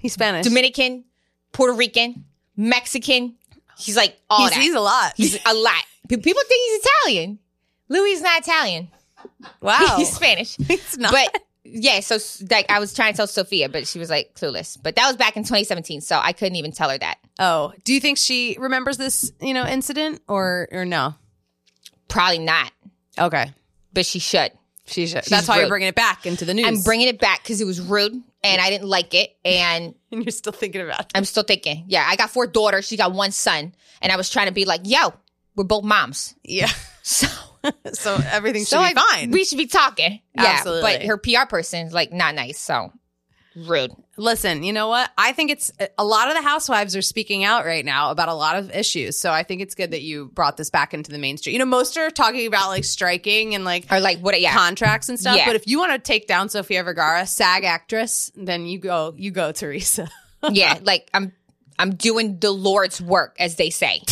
Speaker 5: he's Spanish.
Speaker 4: Dominican, Puerto Rican, Mexican. He's like all
Speaker 5: he's,
Speaker 4: that.
Speaker 5: he's a lot.
Speaker 4: He's a lot. Pe- People think he's Italian. Louis is not Italian.
Speaker 5: wow.
Speaker 4: He's Spanish.
Speaker 5: Oh. He's not.
Speaker 4: But yeah, so s- like I was trying to tell Sophia, but she was like clueless. But that was back in 2017, so I couldn't even tell her that.
Speaker 5: oh, do you think she remembers this? You know, incident or or no?
Speaker 4: Probably not,
Speaker 5: Okay,
Speaker 4: but she should.
Speaker 5: she should. That's why you're
Speaker 4: rude.
Speaker 5: bringing it back into the news.
Speaker 4: I'm bringing it back because it was rude and I didn't like it. And
Speaker 5: and you're still thinking about. It.
Speaker 4: I'm still thinking, yeah, I got four daughters. She got one son. And I was trying to be like, yo, we're both moms.
Speaker 5: Yeah.
Speaker 4: So,
Speaker 5: So everything should
Speaker 4: so
Speaker 5: be
Speaker 4: I-
Speaker 5: fine.
Speaker 4: we should be talking. Yeah. But
Speaker 5: Absolutely.
Speaker 4: her PR person is like, not nice. So rude.
Speaker 5: Listen, you know what? I think it's a lot of the housewives are speaking out right now about a lot of issues. So I think it's good that you brought this back into the mainstream. You know, most are talking about like striking and like
Speaker 4: Or like, what? Yeah.
Speaker 5: contracts and stuff.
Speaker 4: Yeah.
Speaker 5: But if you want to take down Sofia Vergara, SAG actress, then you go, you go, Teresa.
Speaker 4: yeah, like I'm I'm doing the Lord's work, as they say.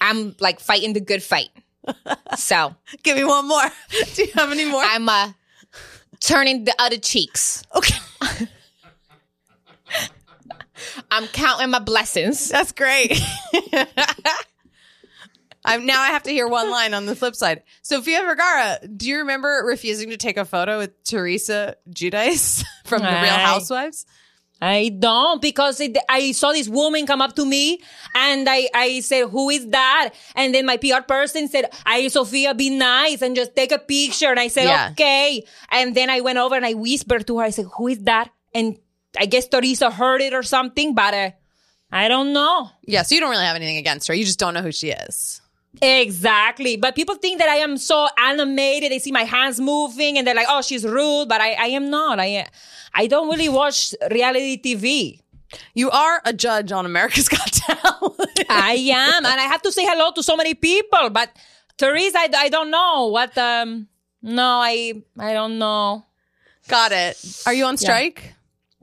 Speaker 4: I'm like fighting the good fight. So
Speaker 5: Give me one more. Do you have any more?
Speaker 4: I'm uh turning the other cheeks.
Speaker 5: okay,
Speaker 4: I'm counting my blessings.
Speaker 5: that's great. I'm now. I have to hear one line on the flip side. Sofia Vergara, do you remember refusing to take a photo with Teresa Giudice from The Real
Speaker 4: Aye.
Speaker 5: Housewives?
Speaker 7: I don't because it, I saw this woman come up to me and I, I said, who is that? And then my PR person said, I, Sophia, be nice and just take a picture. And I said,
Speaker 5: Yeah.
Speaker 7: okay. And then I went over and I whispered to her, I said, who is that? And I guess Teresa heard it or something, but uh, I don't know.
Speaker 5: Yeah, so you don't really have anything against her. You just don't know who she is.
Speaker 7: Exactly. But people think that I am so animated. They see my hands moving and they're like, oh, she's rude, but I, I am not. I, I don't really watch reality TV.
Speaker 5: You are a judge on America's Got Talent.
Speaker 7: I am, and I have to say hello to so many people. But Therese, I, I don't know what. Um, no, I I don't know.
Speaker 5: Got it. Are you on strike?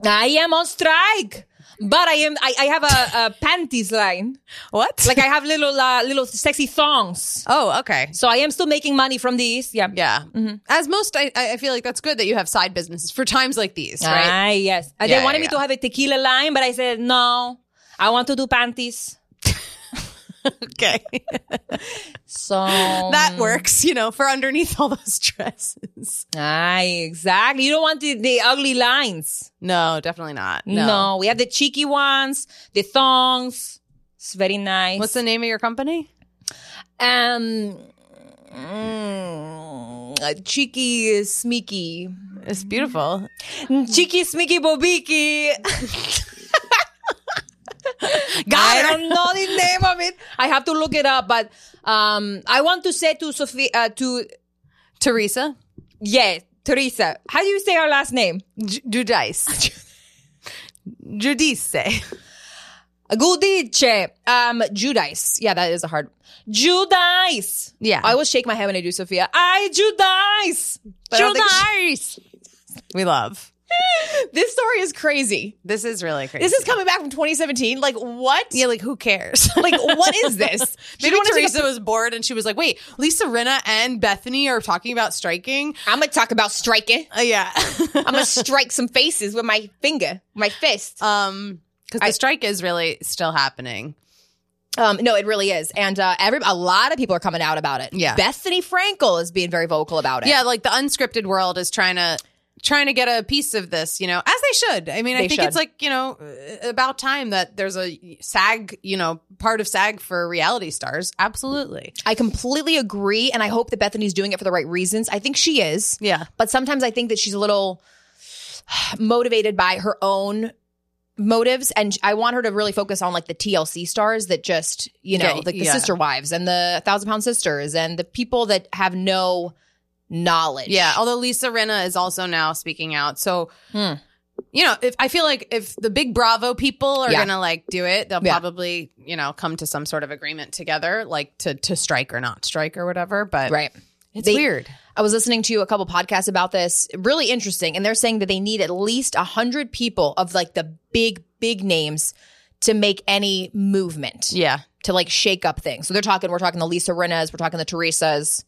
Speaker 7: I am on strike, but I am. I, I have a, a panties line.
Speaker 5: What?
Speaker 7: Like I have little uh, little sexy thongs.
Speaker 5: oh, okay.
Speaker 7: So I am still making money from these. Yeah.
Speaker 5: Yeah. As most, I, I feel like that's good that you have side businesses for times like these, right?
Speaker 7: Ah, yes. Uh,
Speaker 5: Yeah,
Speaker 7: they wanted
Speaker 5: yeah,
Speaker 7: me to
Speaker 5: yeah.
Speaker 7: have a tequila line, but I said no. I want to do panties.
Speaker 5: okay.
Speaker 7: So
Speaker 5: that works, you know, for underneath all those dresses.
Speaker 7: Aye, ah, exactly. You don't want the, the ugly lines.
Speaker 5: No, definitely not.
Speaker 7: No.
Speaker 5: No.
Speaker 7: we have the cheeky ones, the thongs. It's very nice.
Speaker 5: What's the name of your company?
Speaker 7: um? mm, uh, cheeky, uh, smeaky,
Speaker 5: It's beautiful.
Speaker 7: cheeky, smeaky, bobiki. I don't know the name of it. I have to look it up, but um, I want to say to Sophie, uh, to
Speaker 5: Teresa
Speaker 7: yeah, Teresa. How do you say her last name?
Speaker 5: J- Judice. Judice.
Speaker 7: Gudice. Um, Judice. Yeah, that is a hard. Judice.
Speaker 5: Yeah.
Speaker 7: I will shake my head when I do, Sophia. I Judice.
Speaker 5: But I don't think she-
Speaker 7: Judice.
Speaker 5: We love.
Speaker 4: This story is crazy.
Speaker 5: This is really crazy.
Speaker 4: This is coming back from 2017. Like what?
Speaker 5: yeah, like who cares?
Speaker 4: Like what is this?
Speaker 5: Maybe
Speaker 4: wanna take a-
Speaker 5: Teresa was bored and she was like, "Wait, Lisa Rinna and Bethany are talking about striking."
Speaker 4: I'm gonna talk about striking.
Speaker 5: Uh, yeah,
Speaker 4: I'm gonna strike some faces with my finger, my fist.
Speaker 5: um, because the strike is really still happening.
Speaker 4: Um, no, it really is, and uh, every a lot of people are coming out about it.
Speaker 5: Yeah.
Speaker 4: Bethany Frankel is being very vocal about it.
Speaker 5: Yeah, like the unscripted world is trying to trying to get a piece of this, you know, as they should. I mean, I
Speaker 4: They
Speaker 5: think
Speaker 4: should.
Speaker 5: it's like you know uh, about time that there's a SAG, you know, part of SAG for reality stars. Absolutely.
Speaker 4: I completely agree, and I hope that Bethany's doing it for the right reasons. I think she is.
Speaker 5: Yeah.
Speaker 4: But sometimes I think that she's a little motivated by her own motives. And I want her to really focus on like the TLC stars that just, you know,
Speaker 5: Yeah,
Speaker 4: like the
Speaker 5: yeah.
Speaker 4: sister wives and the thousand pound sisters and the people that have no knowledge.
Speaker 5: Yeah, although Lisa Rinna is also now speaking out. So,
Speaker 4: Hmm.
Speaker 5: you know, if I feel like if the big Bravo people are
Speaker 4: Yeah.
Speaker 5: going to like do it, they'll
Speaker 4: Yeah.
Speaker 5: probably, you know, come to some sort of agreement together like to to strike or not strike or whatever, but
Speaker 4: Right.
Speaker 5: it's
Speaker 4: They-
Speaker 5: weird.
Speaker 4: I was listening to a couple podcasts about this, really interesting, and they're saying that they need at least a hundred people of like the big, big names to make any movement.
Speaker 5: Yeah.
Speaker 4: to like shake up things. So they're talking, we're talking the Lisa Rinnas, we're talking the Teresas,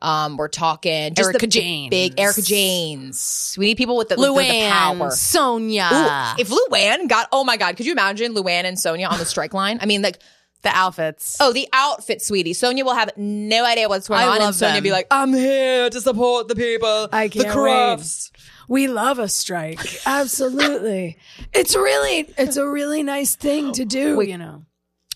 Speaker 4: um, we're talking just
Speaker 5: Erica
Speaker 4: the big-
Speaker 5: Janes.
Speaker 4: big Erica Janes. We need people with the, with the power.
Speaker 5: Sonia.
Speaker 4: Ooh, if Luann got, oh my God, could you imagine Luann and Sonia on the strike line? I mean, like,
Speaker 5: the outfits.
Speaker 4: oh, the outfit, sweetie. Sonia will have no idea what's going
Speaker 5: I
Speaker 4: on, and
Speaker 5: love
Speaker 4: Sonia
Speaker 5: them.
Speaker 4: be like, "Uh, I'm here to support the people, I the crafts.
Speaker 8: We love a strike. Absolutely. It's really it's a really nice thing to do, you know.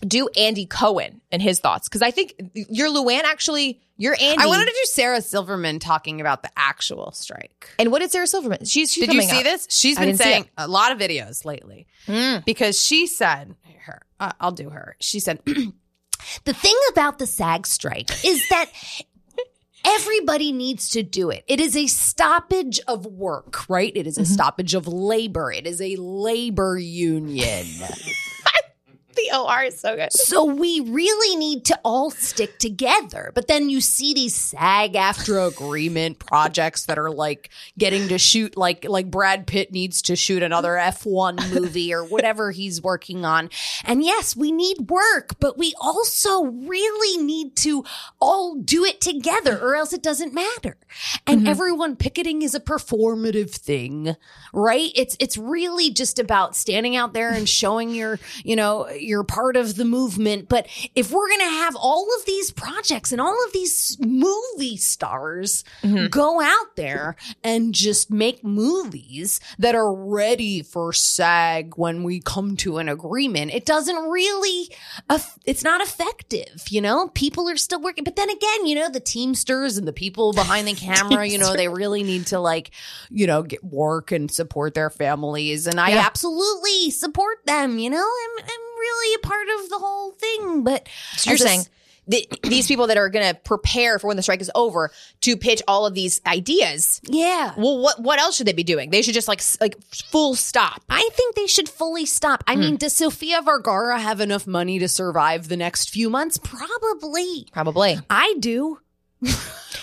Speaker 4: Do Andy Cohen and his thoughts because I think your Luann actually, your Andy.
Speaker 5: I wanted to do Sarah Silverman talking about the actual strike.
Speaker 4: and what did Sarah Silverman? She's, she's
Speaker 5: Did you
Speaker 4: coming
Speaker 5: see
Speaker 4: up.
Speaker 5: this? She's
Speaker 4: I
Speaker 5: been
Speaker 4: didn't see
Speaker 5: saying
Speaker 4: it.
Speaker 5: a lot of videos lately
Speaker 8: Hmm.
Speaker 5: because she said her. Uh, I'll do her. She said
Speaker 9: The thing about the SAG strike is that everybody needs to do it. It is a stoppage of work, right? It is a stoppage of labor. It is a labor union.
Speaker 4: The OR is so good.
Speaker 9: so we really need to all stick together. But then you see these SAG after
Speaker 5: agreement projects that are like
Speaker 9: getting to shoot like like Brad Pitt needs to shoot another F1 movie or whatever he's working on. And yes, we need work, but we also really need to all do it together or else it doesn't matter. And everyone picketing is a performative thing, right? It's it's really just about standing out there and showing your, you know, you're part of the movement, but if we're going to have all of these projects and all of these movie stars go out there and just make movies that are ready for SAG when we come to an agreement. It doesn't really, aff- it's not effective, you know? People are still working. But then again, you know, the Teamsters and the people behind the camera, you know, they really need to like, you know, get work and support their families. And I absolutely support them, you know? I'm, I'm really a part of the whole thing. But
Speaker 4: So you're
Speaker 9: as a
Speaker 4: saying th- these people that are going to prepare for when the strike is over to pitch all of these ideas.
Speaker 9: Yeah.
Speaker 4: Well, what what else should they be doing? They should just like s- like full stop.
Speaker 9: I think they should fully stop.
Speaker 4: Hmm.
Speaker 9: I mean, does Sofia Vergara have enough money to survive the next few months? Probably.
Speaker 4: Probably.
Speaker 9: I do.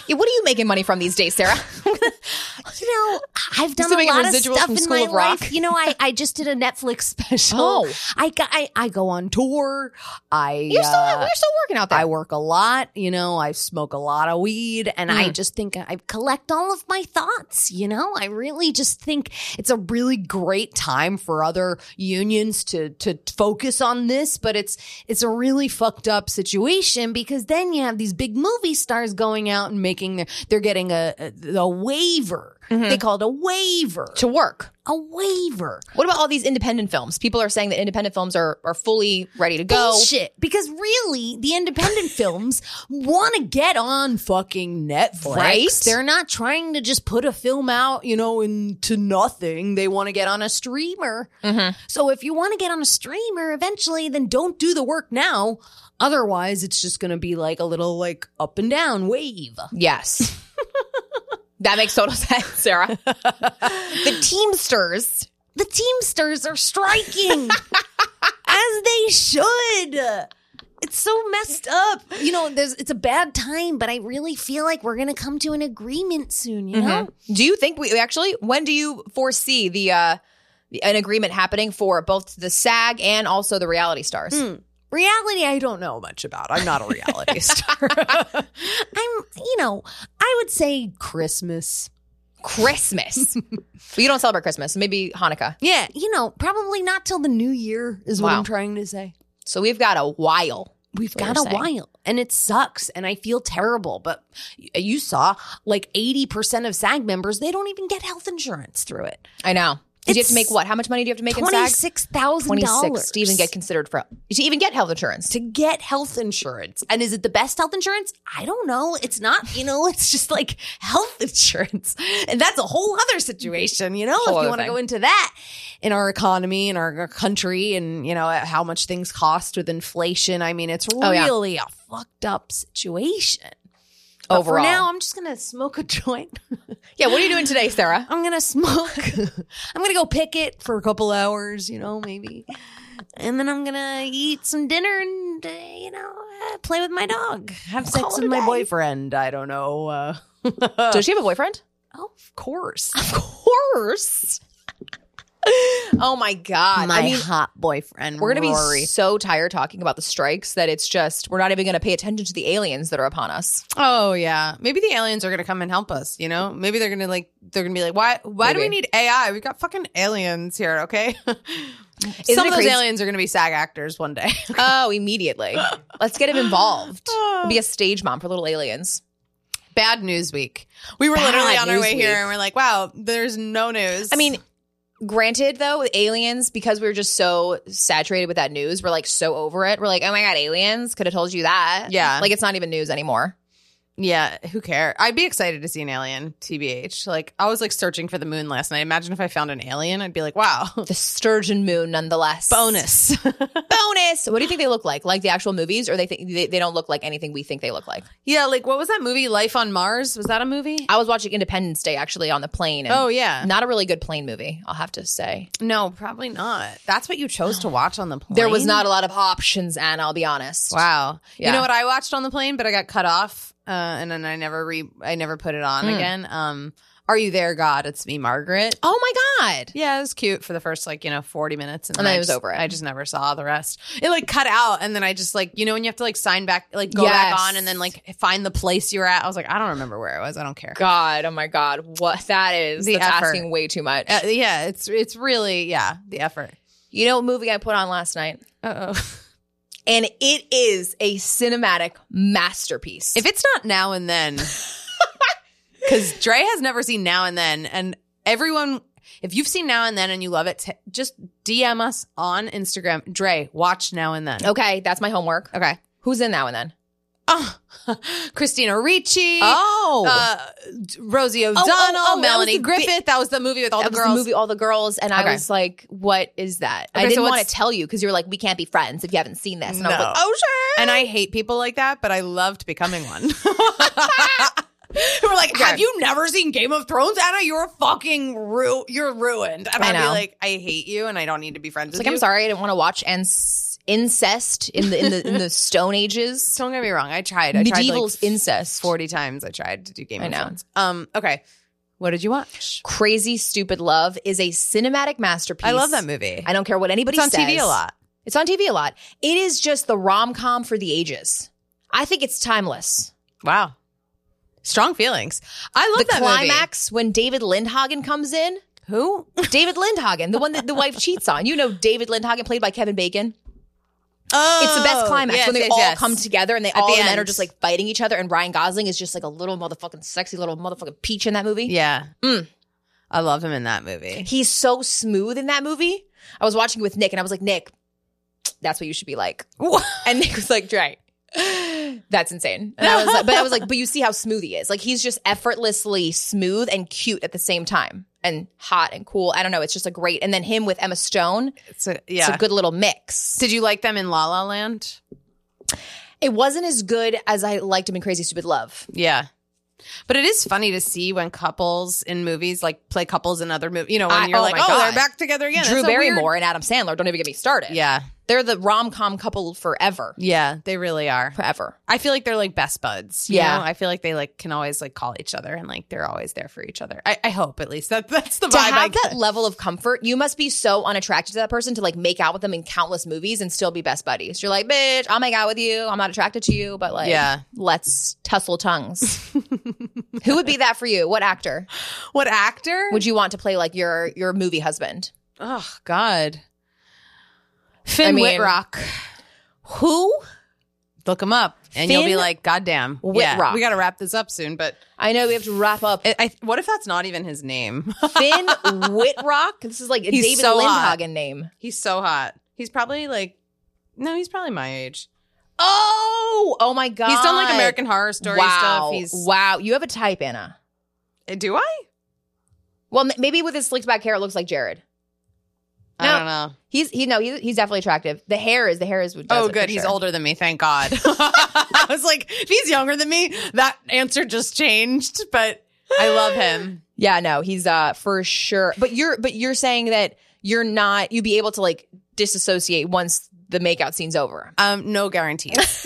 Speaker 4: Yeah, what are you making money from these days, Sarah?
Speaker 9: you know, I've done
Speaker 4: still
Speaker 9: a
Speaker 4: making
Speaker 9: lot of
Speaker 4: residuals
Speaker 9: stuff
Speaker 4: from
Speaker 9: in
Speaker 4: School
Speaker 9: my
Speaker 4: of Rock?
Speaker 9: life. You know, I, I just did a Netflix special.
Speaker 4: Oh.
Speaker 9: I, go- I I go on tour. I
Speaker 4: You're still
Speaker 9: uh,
Speaker 4: you're still working out there.
Speaker 9: I work a lot, you know, I smoke a lot of weed and I just think I collect all of my thoughts, you know? I really just think it's a really great time for other unions to to focus on this, but it's it's a really fucked up situation because then you have these big movie stars going out and making their they're getting a a, a waiver. They call it a waiver.
Speaker 4: to work.
Speaker 9: A waiver.
Speaker 4: What about all these independent films? People are saying that independent films are are fully ready to go.
Speaker 9: Bullshit. Because really, the independent films want to get on fucking Netflix.
Speaker 4: Right?
Speaker 9: They're not trying to just put a film out, you know, into nothing. They want to get on a streamer. So if you want to get on a streamer eventually, then don't do the work now. Otherwise, it's just going to be like a little like up and down wave.
Speaker 4: Yes. that makes total sense, Sarah. the Teamsters.
Speaker 9: The Teamsters are striking as they should. It's so messed up. You know, there's it's a bad time, but I really feel like we're going to come to an agreement soon, you know?
Speaker 4: Do you think we actually when do you foresee the uh the- an agreement happening for both the SAG and also the reality stars?
Speaker 9: Hmm. Reality, I don't know much about. I'm not a reality star. I'm, you know, I would say Christmas.
Speaker 4: Christmas. well, you don't celebrate Christmas, maybe Hanukkah.
Speaker 9: Yeah, you know, probably not till the new year is what
Speaker 4: Wow.
Speaker 9: I'm trying to say.
Speaker 4: So we've got a while.
Speaker 9: We've
Speaker 4: what
Speaker 9: got a
Speaker 4: you're saying.
Speaker 9: while and it sucks and I feel terrible. But y- uh, you saw like 80% of SAG members, they don't even get health insurance through it.
Speaker 4: I know. Did you have
Speaker 9: It's
Speaker 4: to make what? How much money do you have to make in SAG?
Speaker 9: $26,000
Speaker 4: to even get considered for to even get health insurance.
Speaker 9: to get health insurance. And is it the best health insurance? I don't know. It's not, you know, it's just like health insurance. And that's a whole other situation, you know,
Speaker 4: Whole
Speaker 9: if
Speaker 4: other
Speaker 9: you want to
Speaker 4: thing.
Speaker 9: go into that in our economy, in our country, and, you know, how much things cost with inflation. I mean, it's
Speaker 4: Oh, yeah.
Speaker 9: really a fucked up situation. But for
Speaker 4: Overall.
Speaker 9: now, I'm just going to smoke a joint.
Speaker 4: Yeah, what are you doing today, Sarah?
Speaker 9: I'm gonna smoke. I'm gonna go pick it for a couple hours, you know, maybe, and then I'm gonna eat some dinner and uh, you know uh, play with my dog, have sex with my boyfriend. I don't know. Uh,
Speaker 4: Does she have a boyfriend?
Speaker 9: oh, of course,
Speaker 4: Of course. oh my god.
Speaker 9: my
Speaker 4: I mean,
Speaker 9: hot boyfriend.
Speaker 4: we're gonna be
Speaker 9: Rory.
Speaker 4: so tired talking about the strikes that it's just we're not even gonna pay attention to the aliens that are upon us.
Speaker 5: Oh yeah, maybe the aliens are gonna come and help us. You know, maybe they're gonna like they're gonna be like, why? Why do we
Speaker 4: Maybe.
Speaker 5: need AI? We got fucking aliens here. Okay,
Speaker 4: it
Speaker 5: some of those
Speaker 4: crazy-
Speaker 5: aliens are gonna be SAG actors one day.
Speaker 4: Oh, immediately. Let's get him involved. Be a stage mom for little aliens.
Speaker 5: Bad news week. We were
Speaker 4: Bad
Speaker 5: literally on our
Speaker 4: news
Speaker 5: way here,
Speaker 4: week.
Speaker 5: and we're like, wow, there's no news.
Speaker 4: I mean, granted though, with aliens, because we were just so saturated with that news, we're like so over it. We're like, oh my god, aliens could have told you that.
Speaker 5: Yeah.
Speaker 4: like it's not even news anymore.
Speaker 5: yeah, who cares? I'd be excited to see an alien, tbh. Like I was like searching for the moon last night. Imagine if I found an alien, I'd be like, wow,
Speaker 4: The sturgeon moon, nonetheless.
Speaker 5: bonus.
Speaker 4: bonus. What do you think they look like? Like the actual movies, or they think they, they don't look like anything we think they look like?
Speaker 5: yeah, like what was that movie? Life on Mars was that a movie?
Speaker 4: I was watching Independence Day actually on the plane. And
Speaker 5: Oh yeah,
Speaker 4: Not a really good plane movie, I'll have to say.
Speaker 5: No, probably not. That's what you chose to watch on the plane.
Speaker 4: There was not a lot of options, Anne, I'll be honest.
Speaker 5: Wow. You
Speaker 4: Yeah.
Speaker 5: know what I watched on the plane, but I got cut off, uh, and then I never re I never put it on again. Um, Are you there, God? It's me, Margaret.
Speaker 4: Oh my God.
Speaker 5: Yeah, it was cute for the first like you know forty minutes,
Speaker 4: And then
Speaker 5: I
Speaker 4: it was
Speaker 5: just-
Speaker 4: over it.
Speaker 5: I just never saw the rest. It like cut out, and then I just like you know when you have to like sign back, like go back
Speaker 4: Yes.
Speaker 5: on, and then like find the place you were at. I was like, I don't remember where I was. I don't care.
Speaker 4: God, oh my God. What that is.
Speaker 5: The
Speaker 4: that's
Speaker 5: effort.
Speaker 4: asking way too much.
Speaker 5: Uh, yeah, it's it's really yeah the effort.
Speaker 4: you know what movie I put on last night?
Speaker 5: Uh oh.
Speaker 4: And it is a cinematic masterpiece.
Speaker 5: If it's not now and then, because Dre has never seen now and then, and everyone, if you've seen now and then and you love it, t- just DM us on Instagram. Dre, watch now and then.
Speaker 4: okay, that's my homework.
Speaker 5: Okay.
Speaker 4: Who's in now and then?
Speaker 5: Oh, Christina Ricci.
Speaker 4: Oh.
Speaker 5: Uh, Rosie O'Donnell,
Speaker 4: oh, oh, that
Speaker 5: Melanie
Speaker 4: was the
Speaker 5: Griffith. that was the movie with all
Speaker 4: that
Speaker 5: the
Speaker 4: was
Speaker 5: girls.
Speaker 4: the movie All the Girls, and
Speaker 5: Okay.
Speaker 4: I was like, "What is that?"
Speaker 5: Okay,
Speaker 4: I
Speaker 5: so
Speaker 4: didn't want
Speaker 5: what's-
Speaker 4: to tell you because you were like, "We can't be friends if you haven't seen this." And I was
Speaker 5: No.
Speaker 4: like, "Oh sure."
Speaker 5: And I hate people like that, but I loved becoming one. Who are like, have you never seen Game of Thrones, Anna? You're a fucking ru- you're ruined. And
Speaker 4: I
Speaker 5: I'd be
Speaker 4: know.
Speaker 5: like, I hate you, and I don't need to be friends
Speaker 4: It's
Speaker 5: with
Speaker 4: like,
Speaker 5: you.
Speaker 4: I'm sorry, I didn't want to watch and incest in the in the in the Stone Ages,
Speaker 5: Don't get me wrong. I tried. I tried
Speaker 4: medieval
Speaker 5: like
Speaker 4: incest.
Speaker 5: 40 times I tried to do Game
Speaker 4: I
Speaker 5: of
Speaker 4: know.
Speaker 5: Thrones. Um, okay. What did you watch?
Speaker 4: Crazy Stupid Love is a cinematic masterpiece.
Speaker 5: I love that movie.
Speaker 4: I don't care what anybody
Speaker 5: it's on
Speaker 4: says.
Speaker 5: TV a lot.
Speaker 4: It's on TV a lot. It is just the rom com for the ages. I think it's timeless.
Speaker 5: Wow. Strong feelings. I love
Speaker 4: The
Speaker 5: that
Speaker 4: climax when David Lindhagen comes in.
Speaker 5: movie. Who?
Speaker 4: David Lindhagen, the one that the wife cheats on. You know David Lindhagen, played by Kevin Bacon.
Speaker 5: Oh,
Speaker 4: It's the best climax
Speaker 5: yes,
Speaker 4: when they
Speaker 5: yes,
Speaker 4: all
Speaker 5: yes.
Speaker 4: come together and they all
Speaker 5: the
Speaker 4: the men
Speaker 5: end.
Speaker 4: are just like fighting each other. And Ryan Gosling is just like a little motherfucking sexy little motherfucking peach in that movie.
Speaker 5: Yeah. Mm. I love him in that movie.
Speaker 4: He's so smooth in that movie. I was watching it with Nick and I was like, Nick, that's what you should be like. And Nick was like, Dre, that's insane. And I was like, but I was like, but you see how smooth he is. Like he's just effortlessly smooth and cute at the same time and hot and cool. I don't know. It's just a great. And then him with Emma Stone,
Speaker 5: It's a,
Speaker 4: it's
Speaker 5: yeah.
Speaker 4: a good little mix.
Speaker 5: Did you like them in La La Land?
Speaker 4: It wasn't as good as I liked him in Crazy Stupid Love.
Speaker 5: Yeah. But it is funny to see when couples in movies like play couples in other movies. You know, when
Speaker 4: I-
Speaker 5: you're
Speaker 4: oh
Speaker 5: like,
Speaker 4: my
Speaker 5: oh, they're
Speaker 4: God.
Speaker 5: back together again.
Speaker 4: Drew
Speaker 5: That's so weird.
Speaker 4: Barrymore and Adam Sandler, don't even get me started.
Speaker 5: Yeah.
Speaker 4: They're the rom com couple forever.
Speaker 5: Yeah. They really are.
Speaker 4: Forever.
Speaker 5: I feel like they're like best buds. You
Speaker 4: Yeah.
Speaker 5: know? I feel like they like can always like call each other and like they're always there for each other. I, I hope at least that that's the vibe.
Speaker 4: to
Speaker 5: I
Speaker 4: have
Speaker 5: get.
Speaker 4: that level of comfort, you must be so unattracted to that person to like make out with them in countless movies and still be best buddies. You're like, bitch, I'll make out with you. I'm not attracted to you, but like,
Speaker 5: Yeah.
Speaker 4: let's tussle tongues. Who would be that for you? What actor
Speaker 5: What actor?
Speaker 4: would you want to play like your your movie husband?
Speaker 5: oh God. Finn
Speaker 4: mean-
Speaker 5: Whitrock.
Speaker 4: Who?
Speaker 5: Look him up, and you'll be
Speaker 4: Finn
Speaker 5: like, "God damn,
Speaker 4: Whitrock.
Speaker 5: we got to wrap this up soon." But
Speaker 4: I know we have to wrap up.
Speaker 5: I, I, what if that's not even his name?
Speaker 4: Finn Whitrock. This is like a
Speaker 5: He's
Speaker 4: David
Speaker 5: so hot.
Speaker 4: Lindhagen name.
Speaker 5: he's so hot. He's probably like, no, he's probably my age.
Speaker 4: Oh, oh my god.
Speaker 5: He's done like American Horror Story
Speaker 4: wow.
Speaker 5: stuff. He's
Speaker 4: wow. You have a type, Anna.
Speaker 5: do I?
Speaker 4: Well, m- maybe with his slicked back hair, it looks like Jared.
Speaker 5: I
Speaker 4: No.
Speaker 5: don't know.
Speaker 4: He's he no he's he's definitely attractive. The hair is the hair is what does
Speaker 5: Oh,
Speaker 4: it for
Speaker 5: good. He's
Speaker 4: sure.
Speaker 5: older than me. Thank God. I was like, if he's younger than me, that answer just changed. But I love him.
Speaker 4: Yeah, no, he's uh for sure. But you're but you're saying that you're not you'd be able to like disassociate once the makeout scene's over.
Speaker 5: Um, no guarantees.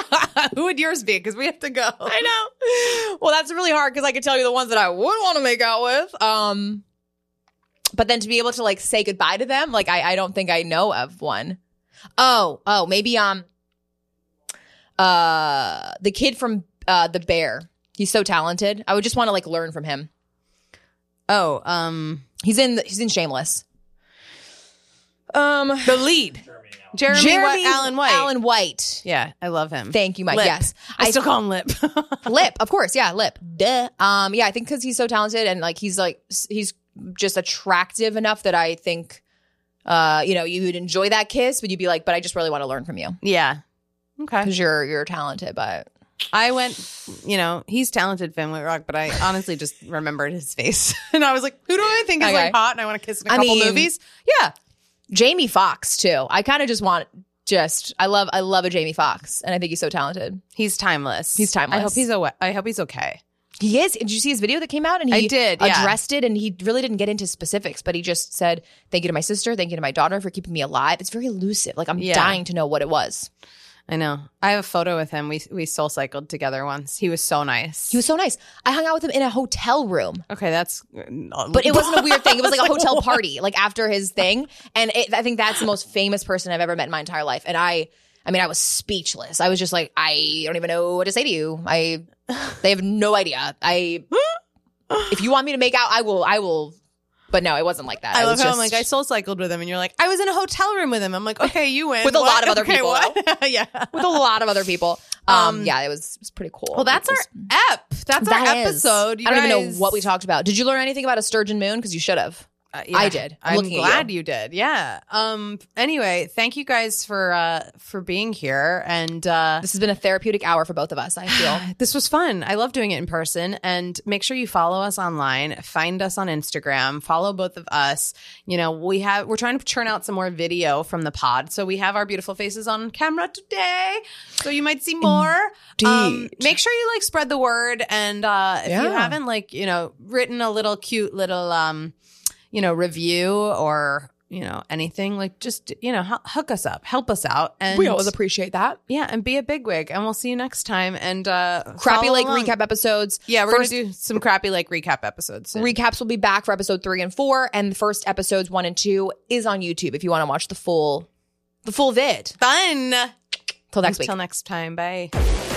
Speaker 5: Who would yours be? Because we have to go. I know.
Speaker 4: Well, that's really hard because I could tell you the ones that I would want to make out with. Um, but then to be able to like say goodbye to them, like I I don't think I know of one. Oh oh maybe um uh the kid from uh the bear. He's so talented. I would just want to like learn from him.
Speaker 5: Oh, um,
Speaker 4: He's in the, he's in Shameless. Um,
Speaker 5: the lead, Jeremy,
Speaker 4: Jeremy
Speaker 5: Wh- Allen White.
Speaker 4: Alan White.
Speaker 5: Yeah, I love him.
Speaker 4: Thank you, Mike.
Speaker 5: Lip.
Speaker 4: Yes,
Speaker 5: I, still call him Lip.
Speaker 4: lip, of course. Yeah, lip. Duh. Um, yeah, I think because he's so talented and like he's like s- he's just attractive enough that I think, uh, you know, you would enjoy that kiss, but you'd be like, but I just really want to learn from you
Speaker 5: yeah. Okay.
Speaker 4: because you're you're talented, but
Speaker 5: I went, you know, he's talented, Finn Whitrock, but I honestly just remembered his face. and I was like, who do I think is
Speaker 4: Okay.
Speaker 5: like hot and I want to kiss in a
Speaker 4: I
Speaker 5: couple
Speaker 4: mean-
Speaker 5: movies? Yeah.
Speaker 4: Jamie Fox too. I kind of just want just I love I love a Jamie Fox, and I think he's so talented.
Speaker 5: He's timeless.
Speaker 4: He's timeless.
Speaker 5: I hope he's awa- I hope he's okay.
Speaker 4: He is. Did you see his video that came out? And he
Speaker 5: I did, yeah.
Speaker 4: addressed it, and he really didn't get into specifics, but he just said, "Thank you to my sister, thank you to my daughter for keeping me alive." It's very elusive. Like I'm
Speaker 5: Yeah.
Speaker 4: dying to know what it was.
Speaker 5: I know. I have a photo with him. We we soul cycled together once. He was so nice.
Speaker 4: He was so nice. I hung out with him in a hotel room,
Speaker 5: okay. That's
Speaker 4: but
Speaker 5: but
Speaker 4: it wasn't a weird thing. It was like a hotel party, like after his thing. And it, I think that's the most famous person I've ever met in my entire life. And I, I mean, I was speechless. I was just like, I don't even know what to say to you. I, they have no idea. I, if you want me to make out, I will. I will. But no, it wasn't like that.
Speaker 5: I
Speaker 4: It
Speaker 5: love
Speaker 4: was
Speaker 5: how
Speaker 4: just,
Speaker 5: I'm like I soul cycled with him, and you're like I was in a hotel room with him. I'm like okay, you win
Speaker 4: With a lot of other
Speaker 5: Okay,
Speaker 4: people,
Speaker 5: What? yeah.
Speaker 4: with a lot of other people. Um,
Speaker 5: Um,
Speaker 4: yeah, it was, it was pretty cool.
Speaker 5: Well, that's our ep. That's our
Speaker 4: That is.
Speaker 5: episode. You
Speaker 4: I don't even know
Speaker 5: guys-
Speaker 4: what we talked about. Did you learn anything about a sturgeon moon? Because you should have.
Speaker 5: Uh, yeah.
Speaker 4: I did. I'm
Speaker 5: I'm,
Speaker 4: looking at
Speaker 5: glad you. did. Yeah. Um. Anyway, thank you guys for uh for being here and uh
Speaker 4: This has been a therapeutic hour for both of us. I feel.
Speaker 5: This was fun. I love doing it in person. And make sure you follow us online. Find us on Instagram. Follow both of us. You know, we have we're trying to churn out some more video from the pod. So we have our beautiful faces on camera today. So you might see more. Um, make sure you like spread the word. And uh if you
Speaker 4: Yeah.
Speaker 5: haven't like, you know, written a little cute little um, you know, review or you know, anything, like just, you know, h- hook us up, help us out. And
Speaker 4: we always appreciate that.
Speaker 5: yeah, and be a bigwig. And we'll see you next time. And uh
Speaker 4: Crappy
Speaker 5: follow
Speaker 4: Lake
Speaker 5: along.
Speaker 4: recap episodes.
Speaker 5: Yeah, we're
Speaker 4: First-
Speaker 5: gonna do some crappy like recap episodes. soon.
Speaker 4: Recaps will be back for episode three and four, and the first episodes one and two is on YouTube if you want to watch the full, the full vid.
Speaker 5: Fun.
Speaker 4: Till next week.
Speaker 5: Until next time. Bye.